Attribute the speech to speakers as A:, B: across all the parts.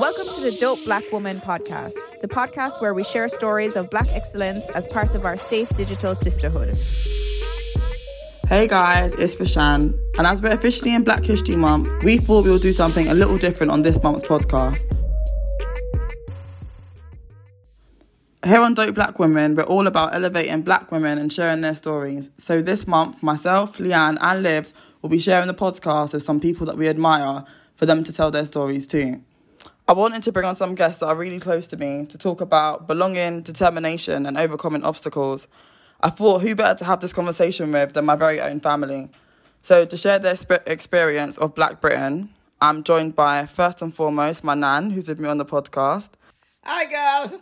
A: Welcome to the Dope Black Woman podcast, the podcast where we share stories of black excellence as part of our safe digital sisterhood.
B: Hey guys, it's Fashan, and as we're officially in Black History Month, we thought we would do something a little different on this month's podcast. Here on Dope Black Women, we're all about elevating black women and sharing their stories. So this month, myself, Leanne, and Livs will be sharing the podcast with some people that we admire for them to tell their stories too. I wanted to bring on some guests that are really close to me to talk about belonging, determination, and overcoming obstacles. I thought, who better to have this conversation with than my very own family? So, to share their sp- experience of Black Britain, I'm joined by, first and foremost, my nan, who's with me on the podcast,
C: Hi, girl.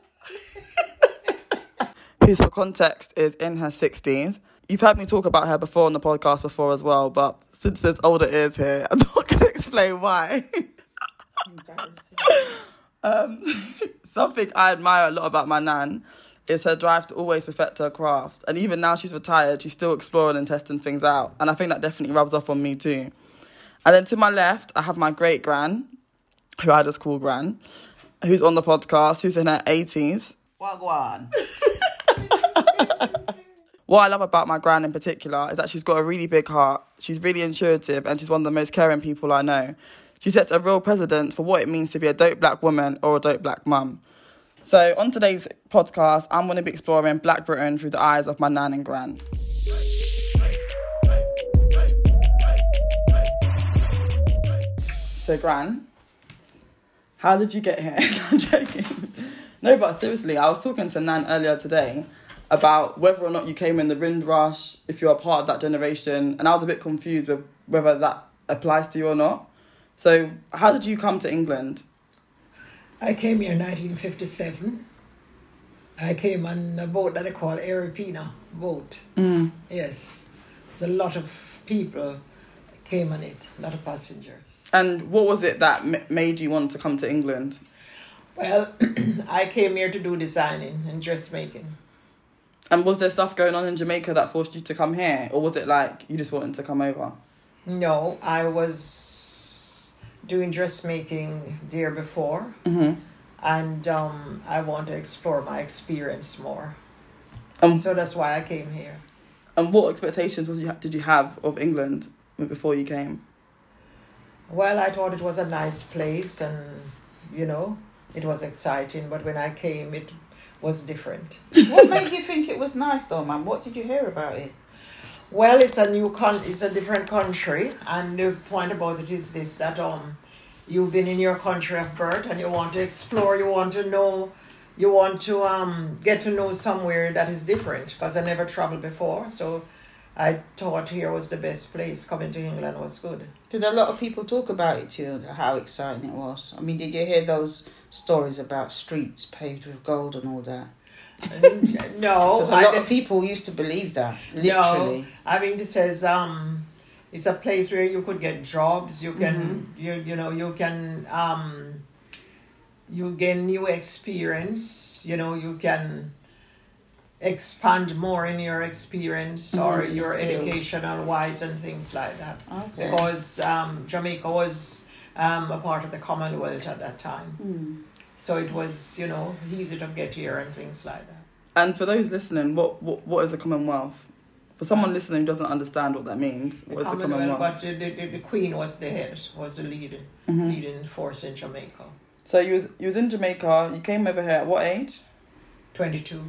B: who's for context is in her 60s. You've heard me talk about her before on the podcast before as well, but since there's older ears here, I'm not going to explain why. Um, Something I admire a lot about my nan is her drive to always perfect her craft. And even now she's retired, she's still exploring and testing things out. And I think that definitely rubs off on me too. And then to my left, I have my great gran, who I just call Gran, who's on the podcast, who's in her 80s.
C: Wagwan.
B: What I love about my gran in particular is that she's got a really big heart. She's really intuitive and she's one of the most caring people I know. She sets a real precedent for what it means to be a dope black woman or a dope black mum. So on today's podcast, I'm going to be exploring Black Britain through the eyes of my nan and gran. So gran, how did you get here? I'm joking. No, but seriously, I was talking to Nan earlier today about whether or not you came in the Windrush, if you're a part of that generation, and I was a bit confused with whether that applies to you or not. So, how did you come to England?
C: I came here in 1957. I came on a boat that they call Arapina boat. Yes. It's a lot of people came on it, a lot of passengers.
B: And what was it that m- made you want to come to England?
C: Well, I came here to do designing and dressmaking.
B: And was there stuff going on in Jamaica that forced you to come here, or was it like you just wanted to come over?
C: No, I was doing dressmaking there before. And um, I want to explore my experience more.
B: Um,
C: so that's why I came here.
B: And what expectations was you did you have of England before you came?
C: Well, I thought it was a nice place and, you know, it was exciting, but when I came, it was different.
D: what made you think it was nice though, man? What did you hear about it?
C: Well, it's a new con, it's a different country, and the point about it is this that um, you've been in your country of birth and you want to explore, you want to know, you want to um, get to know somewhere that is different because I never traveled before, so I thought here was the best place. Coming to England was good.
D: Did a lot of people talk about it to you? How exciting it was. I mean, did you hear those stories about streets paved with gold and all that?
C: No,
D: Because
C: Oh,
D: a
C: I
D: lot
C: did-
D: of people used to believe that. Literally.
C: No, I mean this is um, it's a place where you could get jobs. You can
D: Mm-hmm.
C: you you know you can um, you gain new experience. You know you can expand more in your experience or your
D: Mm-hmm. skills.
C: educational wise and things like that.
D: Okay.
C: Because um, Jamaica was um, a part of the Commonwealth at that time.
D: Hmm.
C: So it was, you know, easy to get here and things like that.
B: And for those listening, what what, what is the Commonwealth? for someone listening who doesn't understand what that means,
C: The
B: what is the
C: Commonwealth,
B: Commonwealth?
C: but the, the, the, the Queen was the head, was the leader, leading force in Jamaica.
B: So you was, you was in Jamaica. You came over here at what age?
C: 22.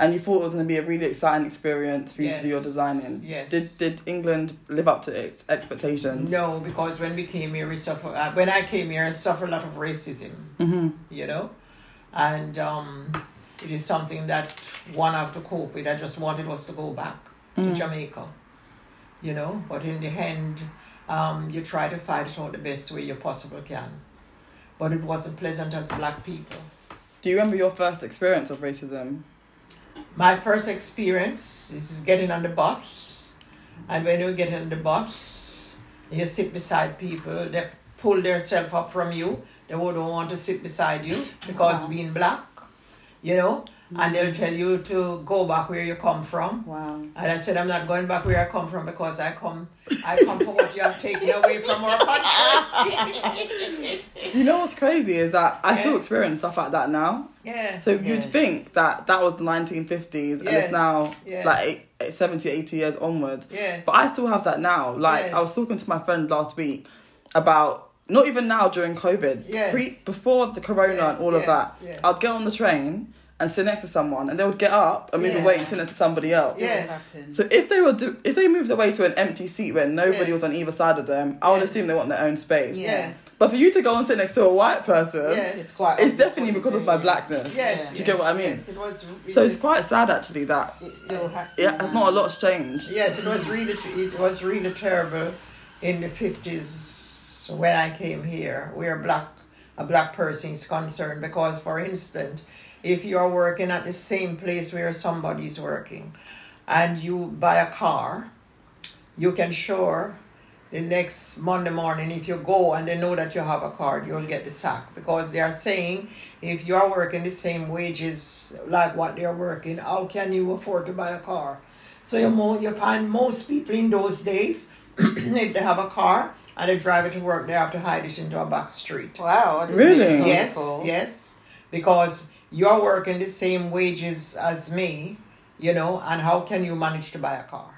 B: And you thought it was going to be a really exciting experience for you to do your
C: Yes.
B: designing.
C: Yes.
B: Did did England live up to its expectations?
C: No, because when we came here, we suffer. Uh, when I came here, I suffered a lot of racism. Mm-hmm. You know, and um, it is something that one have to cope with. I just wanted was to go back to Jamaica. You know, but in the end, um, you try to fight it out the best way you possible can. But it wasn't pleasant as black people.
B: Do you remember your first experience of racism?
C: My first experience is getting on the bus, and when you get on the bus, you sit beside people that pull themselves up from you. They wouldn't want to sit beside you because being black, you know, and they'll tell you to go back where you come from.
D: Wow.
C: And I said, I'm not going back where I come from because I come, I come for what you have taken away from our country.
B: Do you know what's crazy is that I
C: Eh?
B: still experience stuff like that now.
C: Yeah.
B: So you'd think that that was the 1950s and it's
C: Yes,
B: now
C: yes.
B: like eight, eight- 70, 80 years onwards.
C: Yes.
B: But I still have that now. Like
C: Yes.
B: I was talking to my friend last week about not even now during COVID,
C: Yes.
B: before the corona
C: Yes,
B: and all of
C: yes,
B: that.
C: yes.
B: I'd get on the train and sit next to someone and they would get up and move
C: Yeah.
B: away and sit next to somebody else.
C: Yes.
B: So if they were do- if they moved away to an empty seat where nobody
C: Yes.
B: was on either side of them, I would
C: Yes.
B: assume they want their own space.
C: Yes.
B: But for you to go and sit next to a white person,
C: Yes.
D: It's quite.
B: it's
D: obvious
B: definitely
D: what
B: because
D: you're
B: of my
D: doing.
B: blackness.
C: Yes.
B: Do you get what I mean?
C: Yes, it was.
B: So it's quite sad actually that
D: It's still happening.
B: yeah, not a lot's changed.
C: Yes, it was really it was really terrible in the fifties when I came here, where black a black person is concerned. Because, for instance, if you are working at the same place where somebody's working, and you buy a car, you can sure the next Monday morning if you go and they know that you have a card, you'll get the sack because they are saying if you are working the same wages like what they're working, how can you afford to buy a car? So you mo- you find most people in those days, if they have a car and they drive it to work, they have to hide it into a back street.
D: Wow. I didn't
B: Really?
D: think it was
C: Yes,
D: before.
C: yes, because you're working the same wages as me, you know, and how can you manage to buy a car?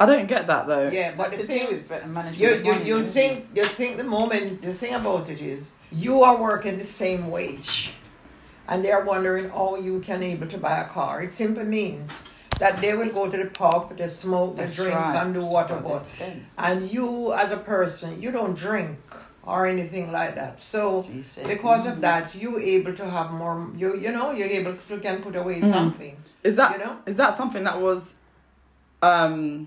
B: I don't get that though.
C: Yeah, but
D: What's
C: the
D: to do
C: thing
D: with better management?
C: you
D: of
C: you,
D: money,
C: you
D: isn't it?
C: think you think the moment the thing about it is you are working the same wage, and they're wondering how you can able to buy a car. It simply means that they will go to the pub, they smoke, they
D: That's
C: drink,
D: right.
C: and do
D: That's
C: whatever.
D: what they spend.
C: And you, as a person, you don't drink or anything like that. So
D: Jesus.
C: because of that, you able to have more. You you know you're able to can put away
D: Mm-hmm.
C: something.
B: Is that
C: You know?
B: is that something that was um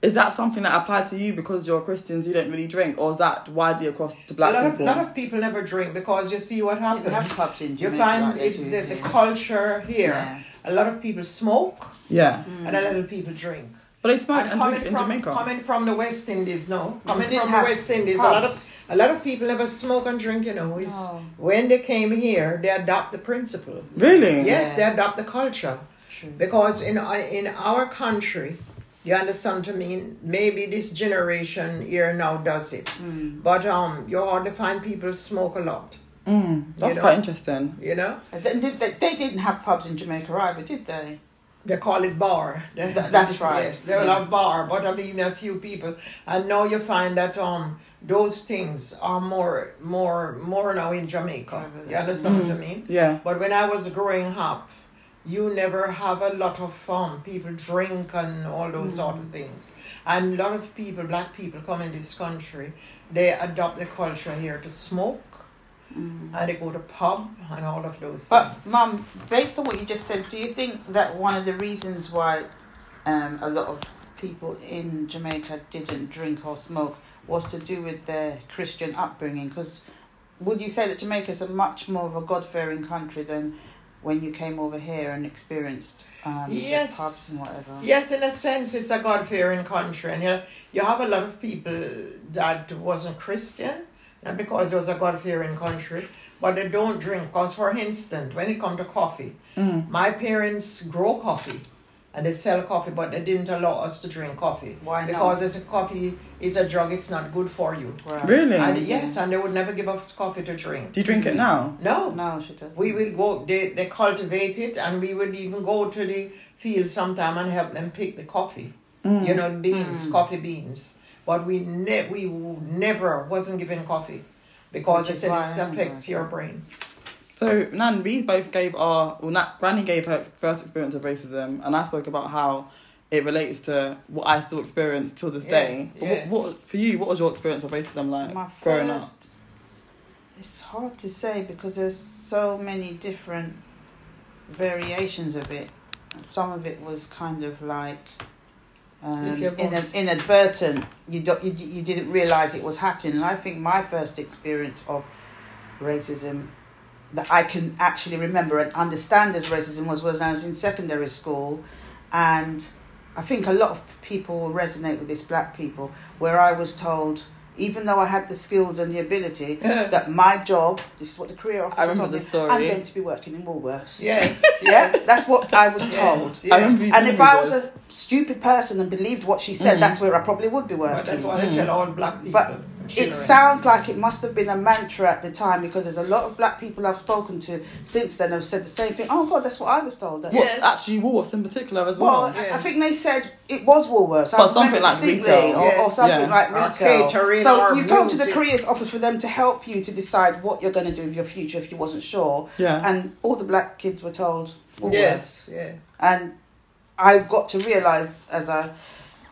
B: is that something that applied to you because you're Christians you don't really drink or is that widely across to
C: A
B: black
C: lot of,
B: people?
C: lot of people never drink because you see what happens.
D: They have pubs in
C: You
D: Jamaica. like
C: find
D: they
C: it's
D: do
C: the, the
D: here.
C: culture here.
D: Yeah.
C: A lot of people smoke
B: yeah.
C: and a lot of people drink.
B: But they smoke
C: Mm. And
B: and,
C: coming
B: drink in
C: from
B: Jamaica.
C: coming from the West Indies, no. Coming
D: did
C: from the
D: have
C: West Indies, a lot
D: pubs.
C: of a lot of people never smoke and drink. You know, it's
D: No.
C: when they came here, they adopt the principle.
B: Really?
C: Yes,
D: Yeah.
C: they adopt the culture.
D: True.
C: Because in our- in our country, you understand to mean maybe this generation here now does it,
D: Hmm.
C: but um, you ought to find people smoke a lot.
B: That's
C: know.
B: quite interesting.
C: You know,
D: And then did They, they didn't have pubs in Jamaica either, did they?
C: they call it bar. They-
D: Th- that's right.
C: Yes, they will have bar, but I mean a few people. And now you find that um those things are more more more now in Jamaica. You understand
D: Mm-hmm.
C: what I mean?
B: Yeah.
C: But when I was growing up, you never have a lot of um people drink and all those sort of
D: Mm-hmm.
C: things. And a lot of people, black people, come in this country. They adopt the culture here to smoke. And they go to pub and all of those
D: Mm-hmm. But,
C: things.
D: Mum, based on what you just said, do you think that one of the reasons why um, a lot of people in Jamaica didn't drink or smoke was to do with their Christian upbringing? Because would you say that Jamaica is a much more of a God fearing country than when you came over here and experienced um,
C: Yes.
D: the pubs and whatever?
C: Yes, in a sense, it's a God fearing country, and you, you have a lot of people that wasn't Christian, and because it was a God fearing country, but they don't
D: Mm.
C: drink. Cause for instance, when it comes to coffee, my parents grow coffee. and they sell coffee, but they didn't allow us to drink coffee.
D: Why not?
C: Because it's a coffee is a drug. It's not good for you.
D: Right.
B: Really?
C: And yes, and they would never give us coffee to drink.
B: Do you drink it now?
C: No,
D: No, she doesn't.
C: we will go. They they cultivate it, and we would even go to the field sometime and help them pick the coffee.
D: Mm.
C: You know,
B: Mm.
C: beans, coffee beans. But we ne- we never wasn't given coffee because
D: Which
C: it
D: is
C: said
D: why
C: it
D: I'm
C: affects
D: like
C: your
D: that.
C: brain.
B: So, Nan, we both gave our, well, Na- Granny gave her ex- first experience of racism, and I spoke about how it relates to what I still experience till this
C: Yes,
B: day. But
C: yeah.
B: what, what, for you, what was your experience of racism like
D: My
B: growing up?
D: first. It's hard to say because there's so many different variations of it. And Some of it was kind of like um,
C: If you're born-
D: in, inadvertent. You don't. You, d- you didn't realize it was happening. And I think my first experience of racism that I can actually remember and understand as racism was when I was in secondary school, and I think a lot of people will resonate with this. Black people, where I was told. Even though I had the skills and the ability, that my job, this is what the career officer
B: remember
D: told me,
B: this story.
D: I'm going to be working in Woolworths.
C: Yes,
D: Yeah, that's what I was told.
C: yes,
B: I remember you
C: yes.
D: And
B: telling
D: if
B: me
D: I was
B: this.
D: a stupid person and believed what she said, that's where I probably would be
C: But
D: working.
C: that's why
B: Mm.
C: I tell all black people.
D: But
C: children.
D: it sounds like it must have been a mantra at the time because there's a lot of black people I've spoken to since then have said the same thing. Oh God, that's what I was told. That-
B: What,
C: Yes.
B: actually, Woolworths in particular as well.
D: Well, I- I think they said it was Woolworths. I
B: Or something
D: remember
B: like
D: distinctly,
B: retail.
D: Or, or
C: Yes.
D: something
B: Yeah.
D: like
C: Or
D: retail.
C: catering
D: so
C: or
D: you go to the
C: music.
D: careers office for them to help you to decide what you're going to do with your future if you wasn't sure.
B: Yeah.
D: And all the black kids were told Woolworths.
C: Yes, yeah.
D: And I got to realise as I,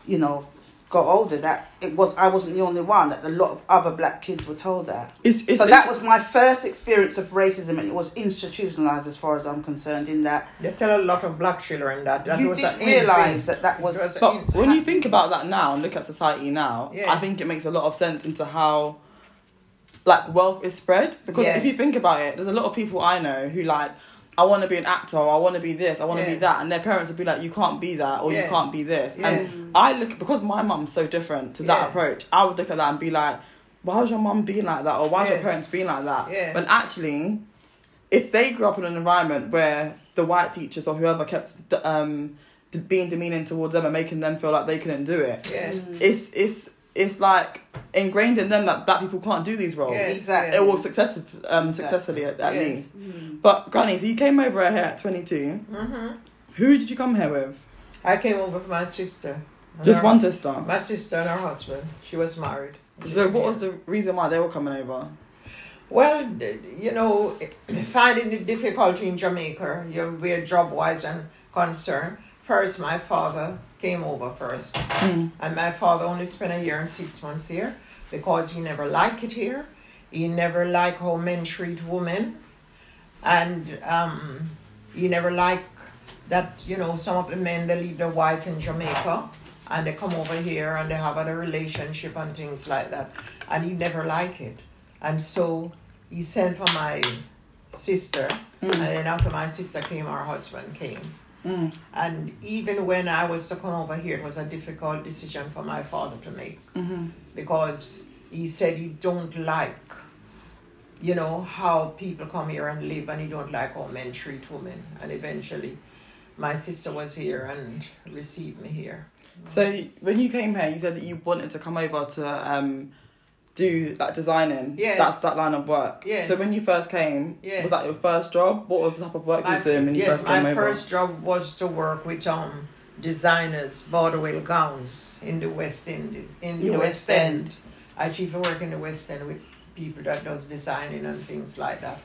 D: you know, got older that it was I wasn't the only one. That a lot of other black kids were told that.
B: It's- it's-
D: so that
B: it's-
D: was my first experience of racism, and it was institutionalised as far as I'm concerned. In that
C: They tell a lot of black children that. that
D: you
C: was an
D: didn't
C: in thing.
D: realise that that
C: It was
D: was
C: an in
B: But
C: thing.
B: when you think about that now and look at society now,
C: Yeah.
B: I think it makes a lot of sense into how like wealth is spread. Because if you
D: Yes.
B: think about it, there's a lot of people I know who like I want to be an actor, or I want to be this, I want to be
C: Yeah.
B: that, and their parents would be like, "You can't be that, or you
C: Yeah.
B: can't be this." And I look because my mum's so different to that
C: Yeah.
B: approach. I would look at that and be like, "Why's your mum being like that, or why's your
C: Yes.
B: parents being like that?"
C: Yeah.
B: When actually, if they grew up in an environment where the white teachers or whoever kept d- um d- being demeaning towards them and making them feel like they couldn't do it,
C: Yeah.
B: it's it's it's like ingrained in them that black people can't do these roles.
C: Yeah.
D: exactly.
B: It will successive um successfully at, at
C: Yeah.
B: least. But Granny, so you came over here at twenty Mm-hmm. Who did you come here with?
C: I came over with my sister. and
B: Just
C: her-
B: one sister.
C: My sister and her husband. She was married.
B: So what was the reason why they were coming over?
C: Well, d- you know, finding it difficult in Jamaica, you know, where job wise and concerned. First, my father came over first, and my father only spent a year and six months here because he never liked it here. He never liked how men treat women, and um, he never liked that you know some of the men they leave their wife in Jamaica and they come over here and they have other relationship and things like that, and he never liked it. And so he sent for my sister, and then after my sister came, our husband came. And even when I was to come over here, it was a difficult decision for my father to make because he said he don't like, you know, how people come here and live, and he don't like how men treat women. And eventually, my sister was here and received me here.
B: So when you came here, you said that you wanted to come over to um, do like designing.
C: Yes.
B: That's that line of work.
C: Yes.
B: So when you first came,
C: Yes.
B: was that your first job? What was the type of work you
C: My,
B: were doing when you
C: yes,
B: first came
C: my
B: over?
C: first job was to work with um designers, Borderwell gowns in the West Indies, in the,
D: The
C: West
D: West
C: End.
D: End.
C: I chiefly work in the West End with people that does designing and things like that.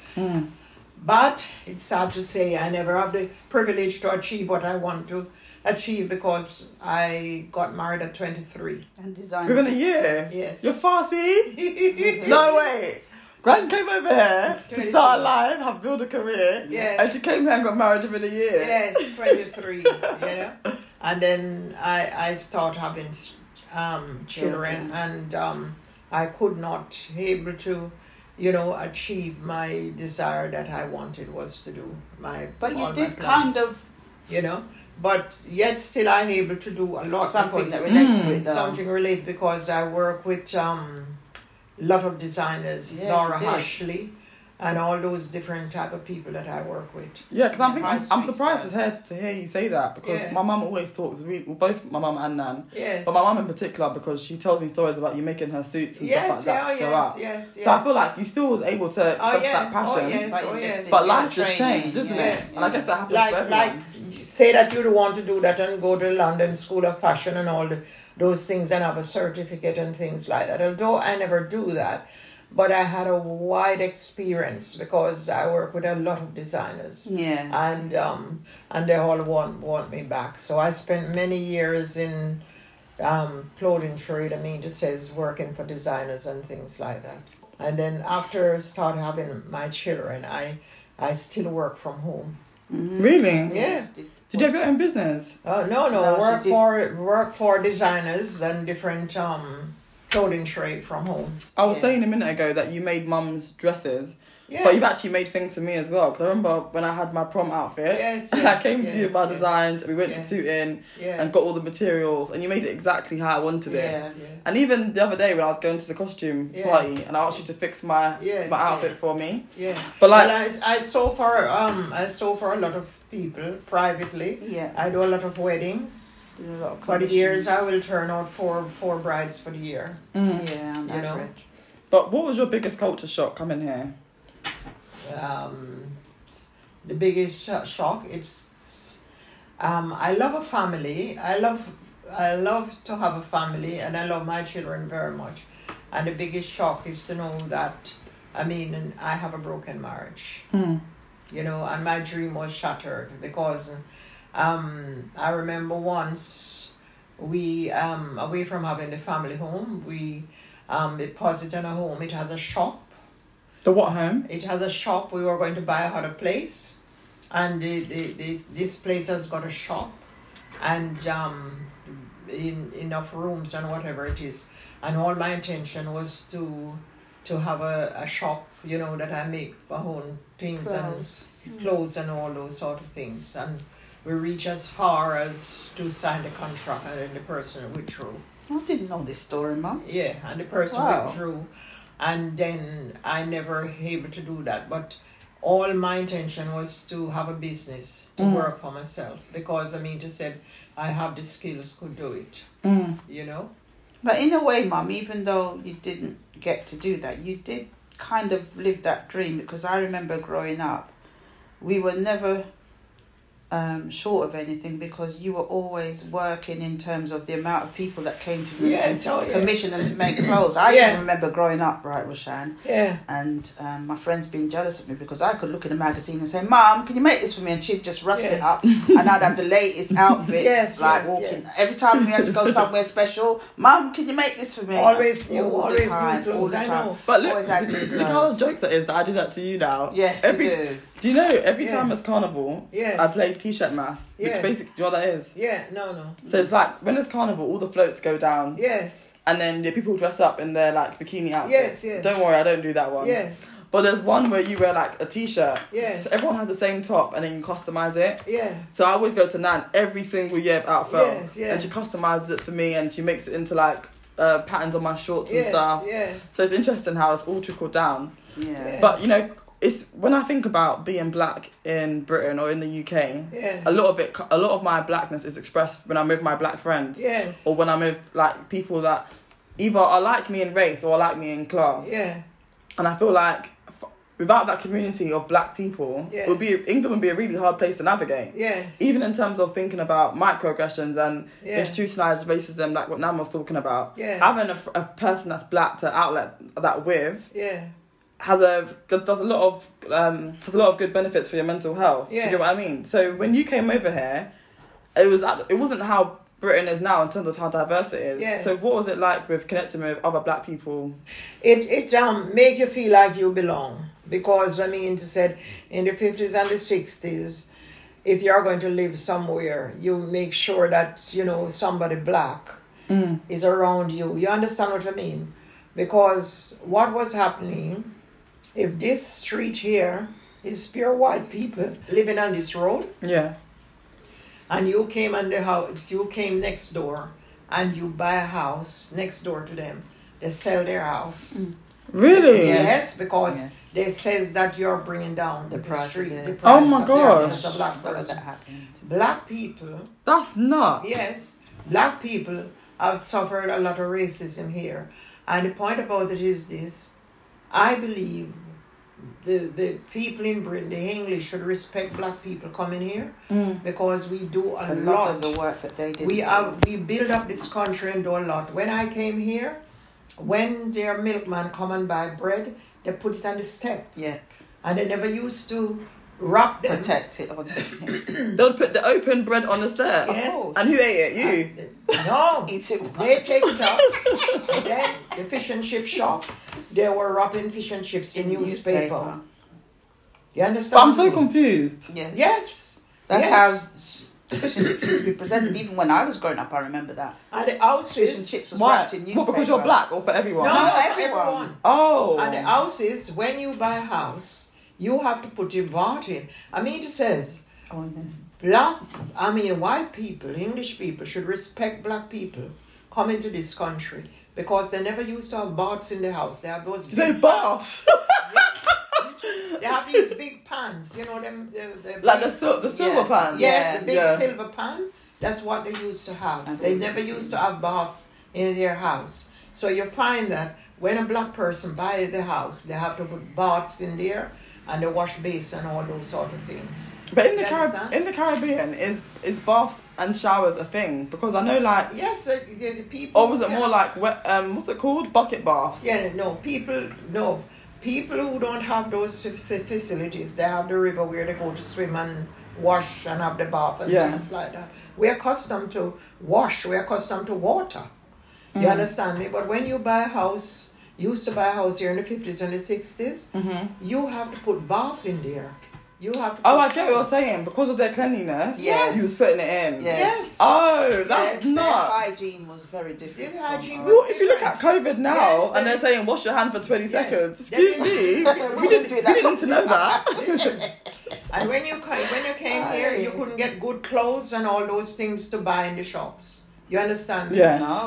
C: But it's sad to say I never have the privilege to achieve what I want to achieve because I got married at 23.
D: and design.
B: Within a year.
C: Yes.
B: You're Farsi. no way. Gran came over here to start life, have build a career.
C: Yes.
B: And she came here and got married within a year.
C: Yes, 23, you know. And then I, I start having um, children,
D: Children.
C: and um, I could not able to, you know, achieve my desire that I wanted was to do my.
D: But
C: all my
D: you did
C: plans,
D: kind of
C: You know, but yet still I'm able to do a lot.
D: something
C: because-
D: that relates to it, though.
C: Something related because I work with um, lot of designers,
D: Yeah, you
C: Laura
D: did.
C: Ashley, and all those different type of people that I work with.
B: Yeah, because I think
D: High
B: I'm, I'm
D: street
B: surprised to
D: style.
B: hear, to hear you say that because
C: Yeah.
B: my mum always talks really well, both my mum and Nan,
C: Yes.
B: but my mum in particular because she tells me stories about you making her suits and
C: yes,
B: stuff like
C: yeah,
B: that to go
C: yes,
B: out.
C: yes,
B: So I
C: yeah.
B: feel like you still was able to express
C: Oh, yeah.
B: that passion,
C: Oh, yes.
D: Like,
C: Oh,
D: you
C: yes.
D: just did
B: but
D: your
B: life has
D: training,
B: changed, isn't
D: yeah,
B: it? And I
D: yeah.
B: guess that happens for
C: Like,
B: everyone.
C: like, say that you'd want to do that and go to London School of Fashion and all the, those things and have a certificate and things like that. Although I never do that, but I had a wide experience because I work with a lot of designers.
D: Yeah.
C: and um, and they all want want me back. So I spent many years in um, clothing trade. I mean, just as working for designers and things like that. And then after I started having my children, I I still work from home.
B: Really?
C: Yeah.
B: Did you have your own business?
C: Oh no, no,
D: No, she
C: work
D: did-
C: for work for designers and different um, clothing trade from home.
B: I was
D: Yeah.
B: saying a minute ago that you made mum's dresses,
C: Yeah.
B: but you've actually made things for me as well. Because I remember when I had my prom outfit,
C: Yes,
B: and I
C: yes,
B: came to you
C: yes,
B: about
C: yes.
B: designs, and we went
C: Yes.
B: to Tooting
C: Yes.
B: and got all the materials, and you made it exactly how I wanted it.
D: Yeah.
C: Yes, yeah.
B: And even the other day when I was going to the costume
C: Yes.
B: party, and I asked you to fix my
C: Yes,
B: my outfit
C: yeah.
B: for me.
C: Yeah,
B: But
C: but uh,
B: like-
C: like I, I sew for um I sew for a lot of people privately.
D: Yeah.
C: I do a lot of weddings.
D: Do a lot of
C: For the years, I
D: commissions.
C: will turn out four four brides for the year.
D: Yeah, on
C: You know.
D: average.
B: But what was your biggest culture shock coming here?
C: Um, the biggest sho- shock it's um, I love a family. I love I love to have a family, and I love my children very much. And the biggest shock is to know that I mean and I have a broken marriage. you know, and my dream was shattered because um, I remember once we, um, away from having the family home, we um, deposit on a home. It has a shop.
B: The what home?
C: It has a shop. We were going to buy another place, and the, the, this, this place has got a shop and um, in, enough rooms and whatever it is. And all my intention was to to have a, a shop, you know, that I make my own things and
D: Clothes.
C: clothes and all those sort of things. And we reach as far as to sign the contract, and then the person withdrew.
D: I didn't know this story, Mum.
C: Yeah, and the person
D: Wow.
C: withdrew, and then I never able to do that. But all my intention was to have a business to work for myself because I mean, just said I have the skills to do it. You know.
D: But in a way, Mum, even though you didn't get to do that, you did kind of live that dream because I remember growing up, we were never um, short of anything because you were always working in terms of the amount of people that came to you
C: Yes,
D: to
C: oh, yeah.
D: commission them to make clothes. I
C: Yeah.
D: even remember growing up, right, Roshan,
C: Yeah.
D: and um, my friends being jealous of me because I could look in a magazine and say, "Mom, can you make this for me?" and she'd just rust it
C: Yes.
D: up, and I'd have the latest outfit.
C: Yes,
D: like
C: yes,
D: walking
C: yes.
D: every time we had to go somewhere special. Mom, can you make this for me?
C: Always new,
D: all
C: always new
D: the time, all
C: clothes,
D: the
C: I
D: time.
C: know.
B: But look,
D: always had new
B: look how
D: clothes.
B: jokes that is that I do that to you now.
D: Yes, you
B: every,
D: do.
B: Do you know every
C: Yeah.
B: time it's carnival,
C: Yes.
B: I play t-shirt mass, which
C: Yeah.
B: basically do you know what that is.
C: Yeah. No. No.
B: So it's like when it's carnival, all the floats go down,
C: Yes.
B: and then the people dress up in their like bikini outfits.
C: Yes, yes.
B: Don't worry, I don't do that one.
C: Yes.
B: But there's one where you wear like a t-shirt.
C: Yes.
B: So everyone has the same top, and then you customize it.
C: Yeah.
B: So I always go to Nan every single year without fail,
C: Yes, yes.
B: and she customizes it for me, and she makes it into like uh, patterns on my shorts
C: Yes.
B: and stuff.
C: Yeah.
B: So it's interesting how it's all trickled down.
D: Yeah.
B: But you know, it's when I think about being black in Britain or in the UK,
C: Yeah.
B: a lot of it, a lot of my blackness is expressed when I'm with my black friends,
C: Yes.
B: or when I'm with like people that either are like me in race or are like me in class.
C: Yeah.
B: And I feel like f- without that community of black people,
C: Yeah.
B: it would be England would be a really hard place to navigate.
C: Yes.
B: Even in terms of thinking about microaggressions and
C: Yeah.
B: institutionalized racism, like what Nam was talking about,
C: Yeah.
B: having a, f- a person that's black to outlet that with
C: Yeah.
B: has a does a lot of um, has a lot of good benefits for your mental health. Do you
C: Yeah.
B: get what I mean? So when you came over here, it was at, it wasn't how Britain is now in terms of how diverse it is.
C: Yes.
B: So what was it like with connecting with other black people?
C: it it um make you feel like you belong because I mean to said in the fifties and the sixties, if you are going to live somewhere, you make sure that you know somebody black is around you. You understand what I mean? Because what was happening, if this street here is pure white people living on this road,
B: Yeah.
C: and you came under house you came next door and you buy a house next door to them they sell their house
B: Really?
C: Yes, because
D: Yeah.
C: they says that you're bringing down the, price, street, the
D: of
C: price
D: the-
B: Oh my
C: of the house
B: gosh.
C: as a black
D: That was
C: person.
D: that happened.
C: Black people,
B: That's nuts.
C: yes, black people have suffered a lot of racism here. And the point about it is this: I believe the the people in Britain, the English, should respect black people coming here
B: Mm.
C: because we do a,
D: A
C: lot
D: lot of the work that they did.
C: we are we build up this country and do a lot. When I came here, when their milkman come and buy bread, they put it on the step,
D: Yeah.
C: and they never used to wrap them.
D: Protect it. or-
B: They'll put the open bread on the stair.
C: Yes.
D: course.
B: And who ate it? You.
C: Uh, No,
D: Eat it
C: they
D: once.
C: take it up. and then the fish and chip shop, they were wrapping fish and chips in, newspaper. You
B: But
C: understand?
B: I'm so
C: me?
B: confused.
D: Yeah.
C: Yes,
D: That's
C: yes.
D: how fish and chips used to be presented. Even when I was growing up, I remember that.
C: And the houses.
D: Fish and chips was
B: Why?
D: wrapped in newspaper.
B: What, because you're black or for everyone?
C: No,
D: No,
C: not
D: everyone.
C: everyone.
B: Oh.
C: And the houses, when you buy a house, you have to put your part in. I mean, it says
D: Oh, yeah.
C: black, I mean, white people, English people should respect black people coming to this country because they never used to have baths in the house. They have those
B: They
C: big,
B: boss.
C: they have these big pans, you know, them the, the
B: like
C: big-
B: the, sil- the silver
D: Yeah.
B: pants.
C: yes,
D: yeah,
C: the big
B: yeah.
C: silver pan. That's what they used to have.
D: I've
C: they
D: always
C: never
D: seen
C: used to have bath in their house. So you find that when a black person buys the house, they have to put baths in there and the wash basin and all those sort of things.
B: But in the
C: You
B: Carib-
C: understand?
B: in the Caribbean, is is baths and showers a thing? Because I know like,
C: yes, uh, the, the people.
B: or was it
C: yeah.
B: more like wet, um what's it called bucket baths?
C: Yeah, no people. No people who don't have those f- f- facilities. They have the river where they go to swim and wash and have the bath and
B: Yeah.
C: things like that. We're accustomed to wash. We're accustomed to water. You
B: Mm-hmm.
C: understand me? But when you buy a house, you used to buy a house here in the fifties and the 60s You have to put bath in there. You have to.
B: Mm-hmm. Oh,
C: put
B: I get what you're
C: showers.
B: saying. Because of their cleanliness,
D: Yes.
B: you were putting it in.
D: Yes.
C: Yes.
B: Oh,
D: Their-
B: that's
D: their
B: not.
D: hygiene was very different.
C: Their
D: from
C: hygiene
D: ours.
C: was-
B: Well, if you look at COVID now
C: Yes,
B: and
C: they-
B: they're saying wash your hand for 20
C: Yes.
B: seconds,
C: They-
B: excuse me, we,
D: We
B: didn't,
D: didn't do
B: we
D: that.
B: didn't need to know that.
C: And when you came, when you came here, you couldn't get good clothes and all those things to buy in the shops. You understand? me?
B: Yeah.
D: No.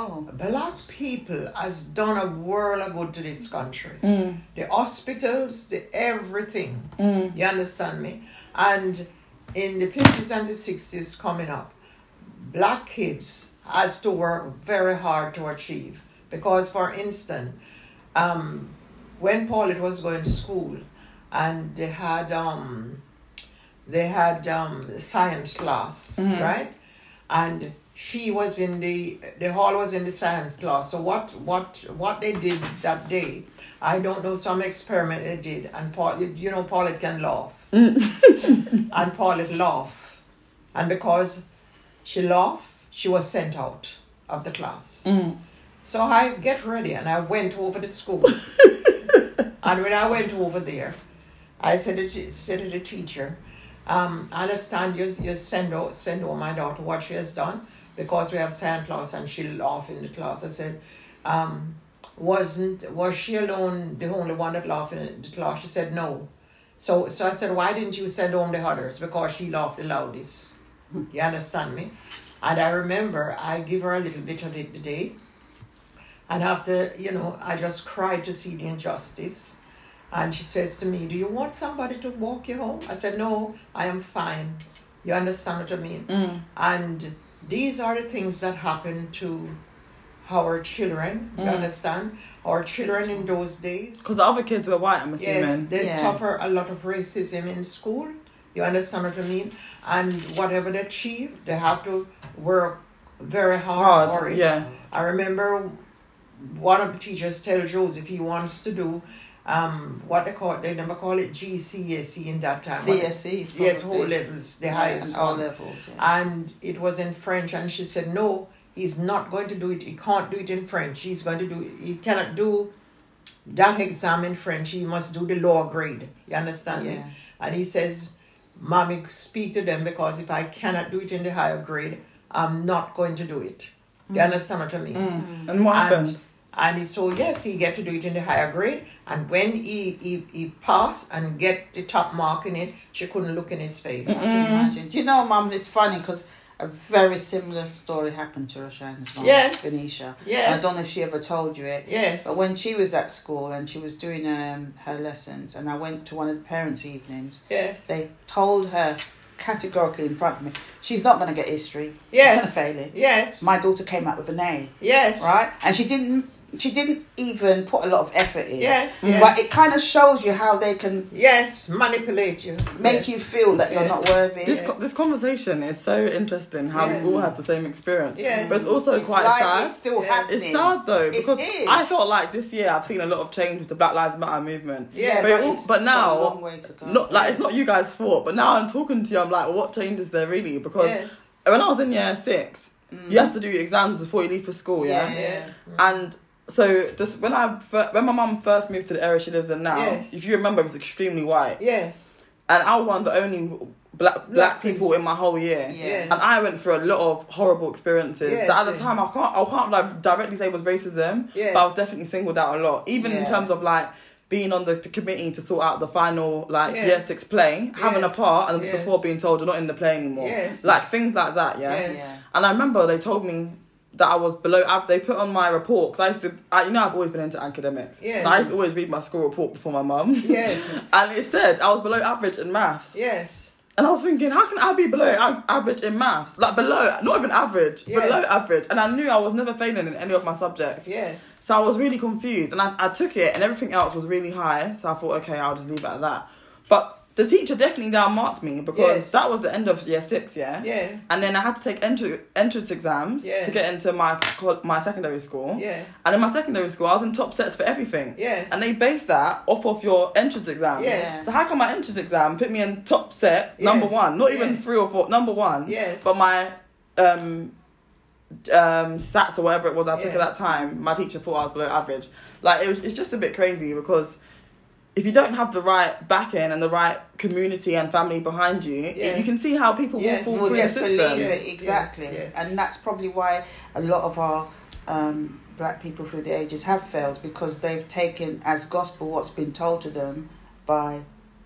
C: Black people has done a world of good to this country. The hospitals, the everything. You understand me? And in the fifties and the sixties coming up, black kids has to work very hard to achieve. Because for instance, um, when Paulette was going to school and they had um, they had um, science class, right? And she was in the the hall was in the science class. So what what what they did that day, I don't know some experiment they did, and Paul, you, you know, Paulette can laugh, and Paulette laugh, and because she laughed, she was sent out of the class. So I get ready and I went over to school. and when I went over there, I said to, t- said to the teacher, um, I understand you, you send, o- send over my daughter what she has done because we have sand class and she'll laugh in the class. I said, um, wasn't was she alone the only one that laughed in the class? She said no. So so I said, why didn't you send home the others? Because she laughed the loudest. You understand me? And I remember I give her a little bit of it today. And after, you know, I just cried to see the injustice. And she says to me, Do you want somebody to walk you home? I said, No, I am fine. You understand what I mean? And these are the things that happen to our children. You understand? Our children in those days.
B: Because the other kids were white, I'm assuming.
C: Yes, they
D: Yeah.
C: suffer a lot of racism in school. You understand what I mean? And whatever they achieve, they have to work very hard,
B: Hard,
C: for it.
B: yeah.
C: I remember one of the teachers tell Joseph he wants to do um, what they call they never call it GCSE E in that time.
D: CSE E is
C: Yes,
D: probably-
C: whole levels, the
D: Yeah,
C: highest
D: and all
C: one.
D: levels, yeah.
C: And it was in French, and she said, "No, he's not going to do it. He can't do it in French. He's going to do it. He cannot do that exam in French. He must do the lower grade. You understand me?
D: Yeah.
C: And he says, "Mommy, speak to them because if I cannot do it in the higher grade, I'm not going to do it." You
D: Mm.
C: understand what I mean?
B: And what happened?
C: And, and he- so yes, he get to do it in the higher grade. And when he, he he passed and get the top mark in it, she couldn't look in his face.
D: Imagine. Do you know, Mum? It's funny because a very similar story happened to Roshan's mom,
C: Yes.
D: Venetia.
C: Yes.
D: I don't know if she ever told you it.
C: Yes.
D: But when she was at school and she was doing um, her lessons, and I went to one of the parents' evenings,
C: Yes.
D: they told her categorically in front of me, she's not going to get history.
C: yes.
D: She's going to fail it.
C: Yes.
D: My daughter came out with an A,
C: yes.
D: right? And she didn't. She didn't even put a lot of effort in.
C: Yes,
D: But
C: yes.
D: it kind of shows you how they can
C: Yes. Manipulate you.
D: make you feel that you're
C: Yes.
D: not worthy.
B: This, co- this conversation is so interesting how we all had the same experience.
C: Yeah.
B: But it's also
D: It's
B: quite
D: like
B: sad.
D: it's still
C: Yeah.
D: happening.
B: It's sad though
D: It
B: because
D: is.
B: I felt like this year I've seen a lot of change with the Black Lives Matter movement.
C: Yeah,
B: but, it
D: but
B: al-
D: it's-
B: but
D: it's
B: now
D: got a long way to go.
B: Not like it's not you guys' fault, but now I'm talking to you. I'm like, what change is there really? Because
C: Yes.
B: when I was in year six, you have to do your exams before you leave for school. Yeah,
D: Mm. Yeah.
B: and. So just when I fir- when my mum first moved to the area she lives in now,
C: Yes.
B: if you remember, it was extremely white,
C: Yes.
B: and I was one of the only black black, people in my whole year.
D: Yeah.
B: And I went through a lot of horrible experiences
C: Yeah,
B: that at the
C: same.
B: time I can't I can't like directly say was racism,
C: Yeah.
B: but I was definitely singled out a lot. Even in
D: Yeah.
B: terms of like being on the, the committee to sort out the final like
C: Yes.
B: year six play, having a
C: Yes.
B: part and
C: Yes.
B: before being told you're not in the play anymore.
C: Yes.
B: Like things like that, yeah?
C: Yes.
D: Yeah.
B: And I remember they told me that I was below. I, they put on my report because I used to. I, you know, I've always been into academics,
C: Yeah.
B: so I used to always read my school report before my mum.
C: Yes.
B: and it said I was below average in maths.
C: Yes.
B: And I was thinking, how can I be below a- average in maths? Like below, not even average,
C: Yes.
B: below average. And I knew I was never failing in any of my subjects.
C: Yes.
B: So I was really confused, and I, I took it, and everything else was really high. So I thought, okay, I'll just leave it at that. But the teacher definitely downmarked me because
C: Yes.
B: that was the end of year six, yeah.
C: Yeah.
B: And then I had to take entr- entrance exams
C: Yeah.
B: to get into my col- my secondary school.
C: Yeah.
B: And in my secondary school, I was in top sets for everything.
C: Yes.
B: And they based that off of your entrance exam.
C: Yes.
B: So how come my entrance exam put me in top set number
C: Yes.
B: one? Not even
C: Yes.
B: three or four, number one.
C: Yes.
B: But my um um sats or whatever it was I took
C: Yeah.
B: at that time, my teacher thought I was below average. Like it was, it's just a bit crazy because if you don't have the right backing and the right community and family behind you, it-
C: Yeah.
B: you can see how people will
C: Yes.
B: fall
D: will
B: through the
D: just believe
B: system.
C: Yes,
D: it
C: yes,
D: exactly,
C: yes.
D: and that's probably why a lot of our um, black people through the ages have failed because they've taken as gospel what's been told to them by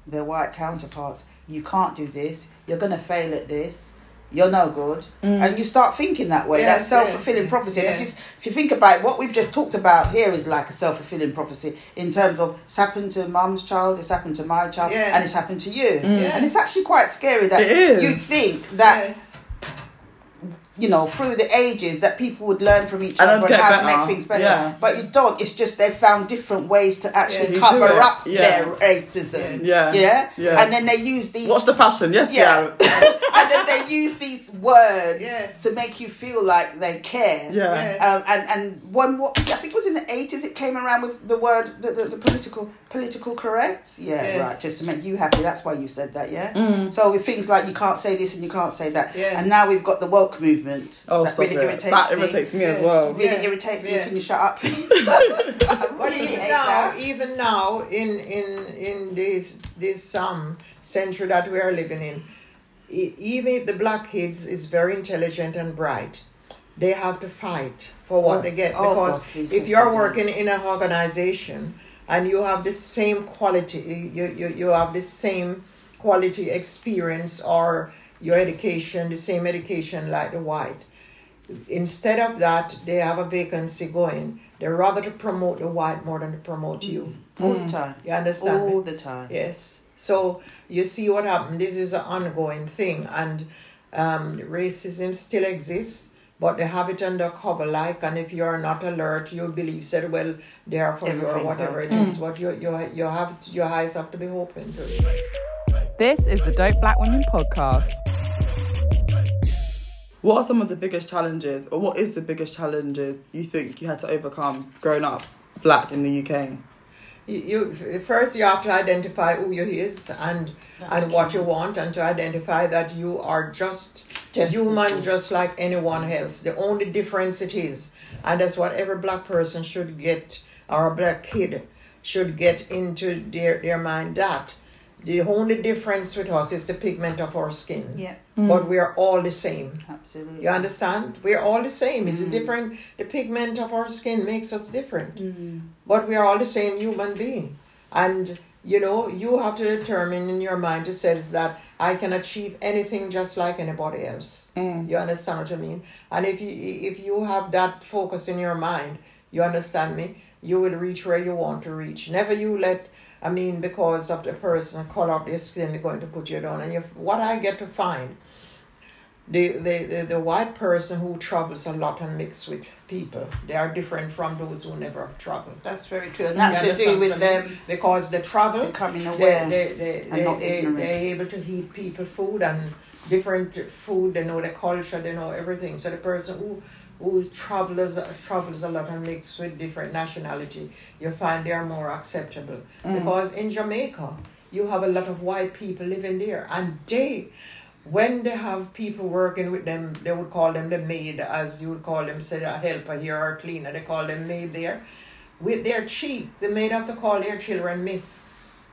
D: their white counterparts. You can't do this. You're gonna fail at this. You're no good, and you start thinking that way.
C: Mm. Yes,
D: That's self fulfilling
C: yes,
D: prophecy. And if,
C: yes.
D: you, if you think about it, what we've just talked about here is like a self fulfilling prophecy in terms of it's happened to mum's child, it's happened to my child,
C: Yes. Mm.
D: and it's happened to you.
C: Yes.
D: And it's actually quite scary that
B: It is.
D: you think that
C: yes.
D: you know, through the ages that people would learn from each
B: And
D: other and
B: get
D: how
B: better.
D: to make things better.
B: Yeah.
D: But you don't. It's just they've found different ways to
C: Yeah,
D: actually
C: you do
D: cover
B: it.
D: up
B: Yeah.
D: their racism.
B: Yeah.
D: Yeah?
B: Yeah.
D: And then they use these
B: Watch the passion, yes,
D: yeah.
B: yeah.
D: and then they use these words
C: Yes.
D: to make you feel like they care.
B: Yeah.
C: Yes.
D: Um, and and when what I think it was in the eighties, it came around with the word the, the, the political political correct. Yeah,
C: Yes.
D: right. Just to make you happy. That's why you said that. Yeah.
B: Mm.
D: So with things like you can't say this and you can't say that.
C: Yeah.
D: And now we've got the woke movement.
B: Oh,
D: that
B: stop
D: really
B: it.
D: irritates
B: that
D: me.
B: irritates me
C: Yes.
B: as well.
D: Really
C: Yeah.
D: irritates me.
C: Yeah.
D: Can you shut up, please? I
C: But
D: really
C: even
D: hate
C: now,
D: that.
C: even now, in in in this this um century that we are living in, e- even the black kids is very intelligent and bright. They have to fight for what
D: Oh,
C: they get
D: oh
C: because
D: God, please
C: if
D: don't
C: you're
D: say that.
C: working in an organization and you have the same quality, you you, you have the same quality experience or your education, the same education like the white instead of that, they have a vacancy going. They're rather to promote the white more than to promote you.
D: All the time.
C: You understand? me?
D: All the time.
C: Yes. So you see what happened. This is an ongoing thing, and um, racism still exists, but they have it under cover. Like, and if you are not alert, you believe said, well, therefore you are
D: Everything's
C: whatever it
D: okay.
C: is. What you you you have your eyes have to be open to it.
E: This is the Dope Black Women podcast.
B: What are some of the biggest challenges, or what is the biggest challenges you think you had to overcome growing up black in the UK?
C: you, you f- first you have to identify who you is and and what you want and to identify that you are just,
D: Just as
C: human
D: good.
C: just like anyone else the only difference it is and that's what every black person should get or a black kid should get into their their mind that the only difference with us is the pigment of our skin
D: Yeah.
C: but we are all the same
D: Absolutely.
C: you understand? We're all the same. It's a different. The pigment of our skin makes us different, but we are all the same human being. And you know, you have to determine in your mind to says that I can achieve anything just like anybody else. You understand what I mean? And if you if you have that focus in your mind, you understand me. You will reach where you want to reach. Never you let. I mean, because of the person color of their skin, they're going to put you down. And you, what I get to find, the, the, the, the white person who travels a lot and mix with people, they are different from those who never travel.
D: That's very true. And that's
C: You
D: to do
C: understand
D: with um,
C: what I mean?
D: them.
C: because they travel,
D: becoming
C: they-
D: aware
C: they, they,
D: and
C: they,
D: not
C: they,
D: ignorant.
C: they're able to eat people food and different food. They know the culture, they know everything. So the person who who travels travels a lot and mixes with different nationality, you find they are more acceptable because in Jamaica you have a lot of white people living there, and they. When they have people working with them, they would call them the maid, as you would call them, say a helper here or a cleaner. They call them maid there with their cheek, they made up to call their children miss.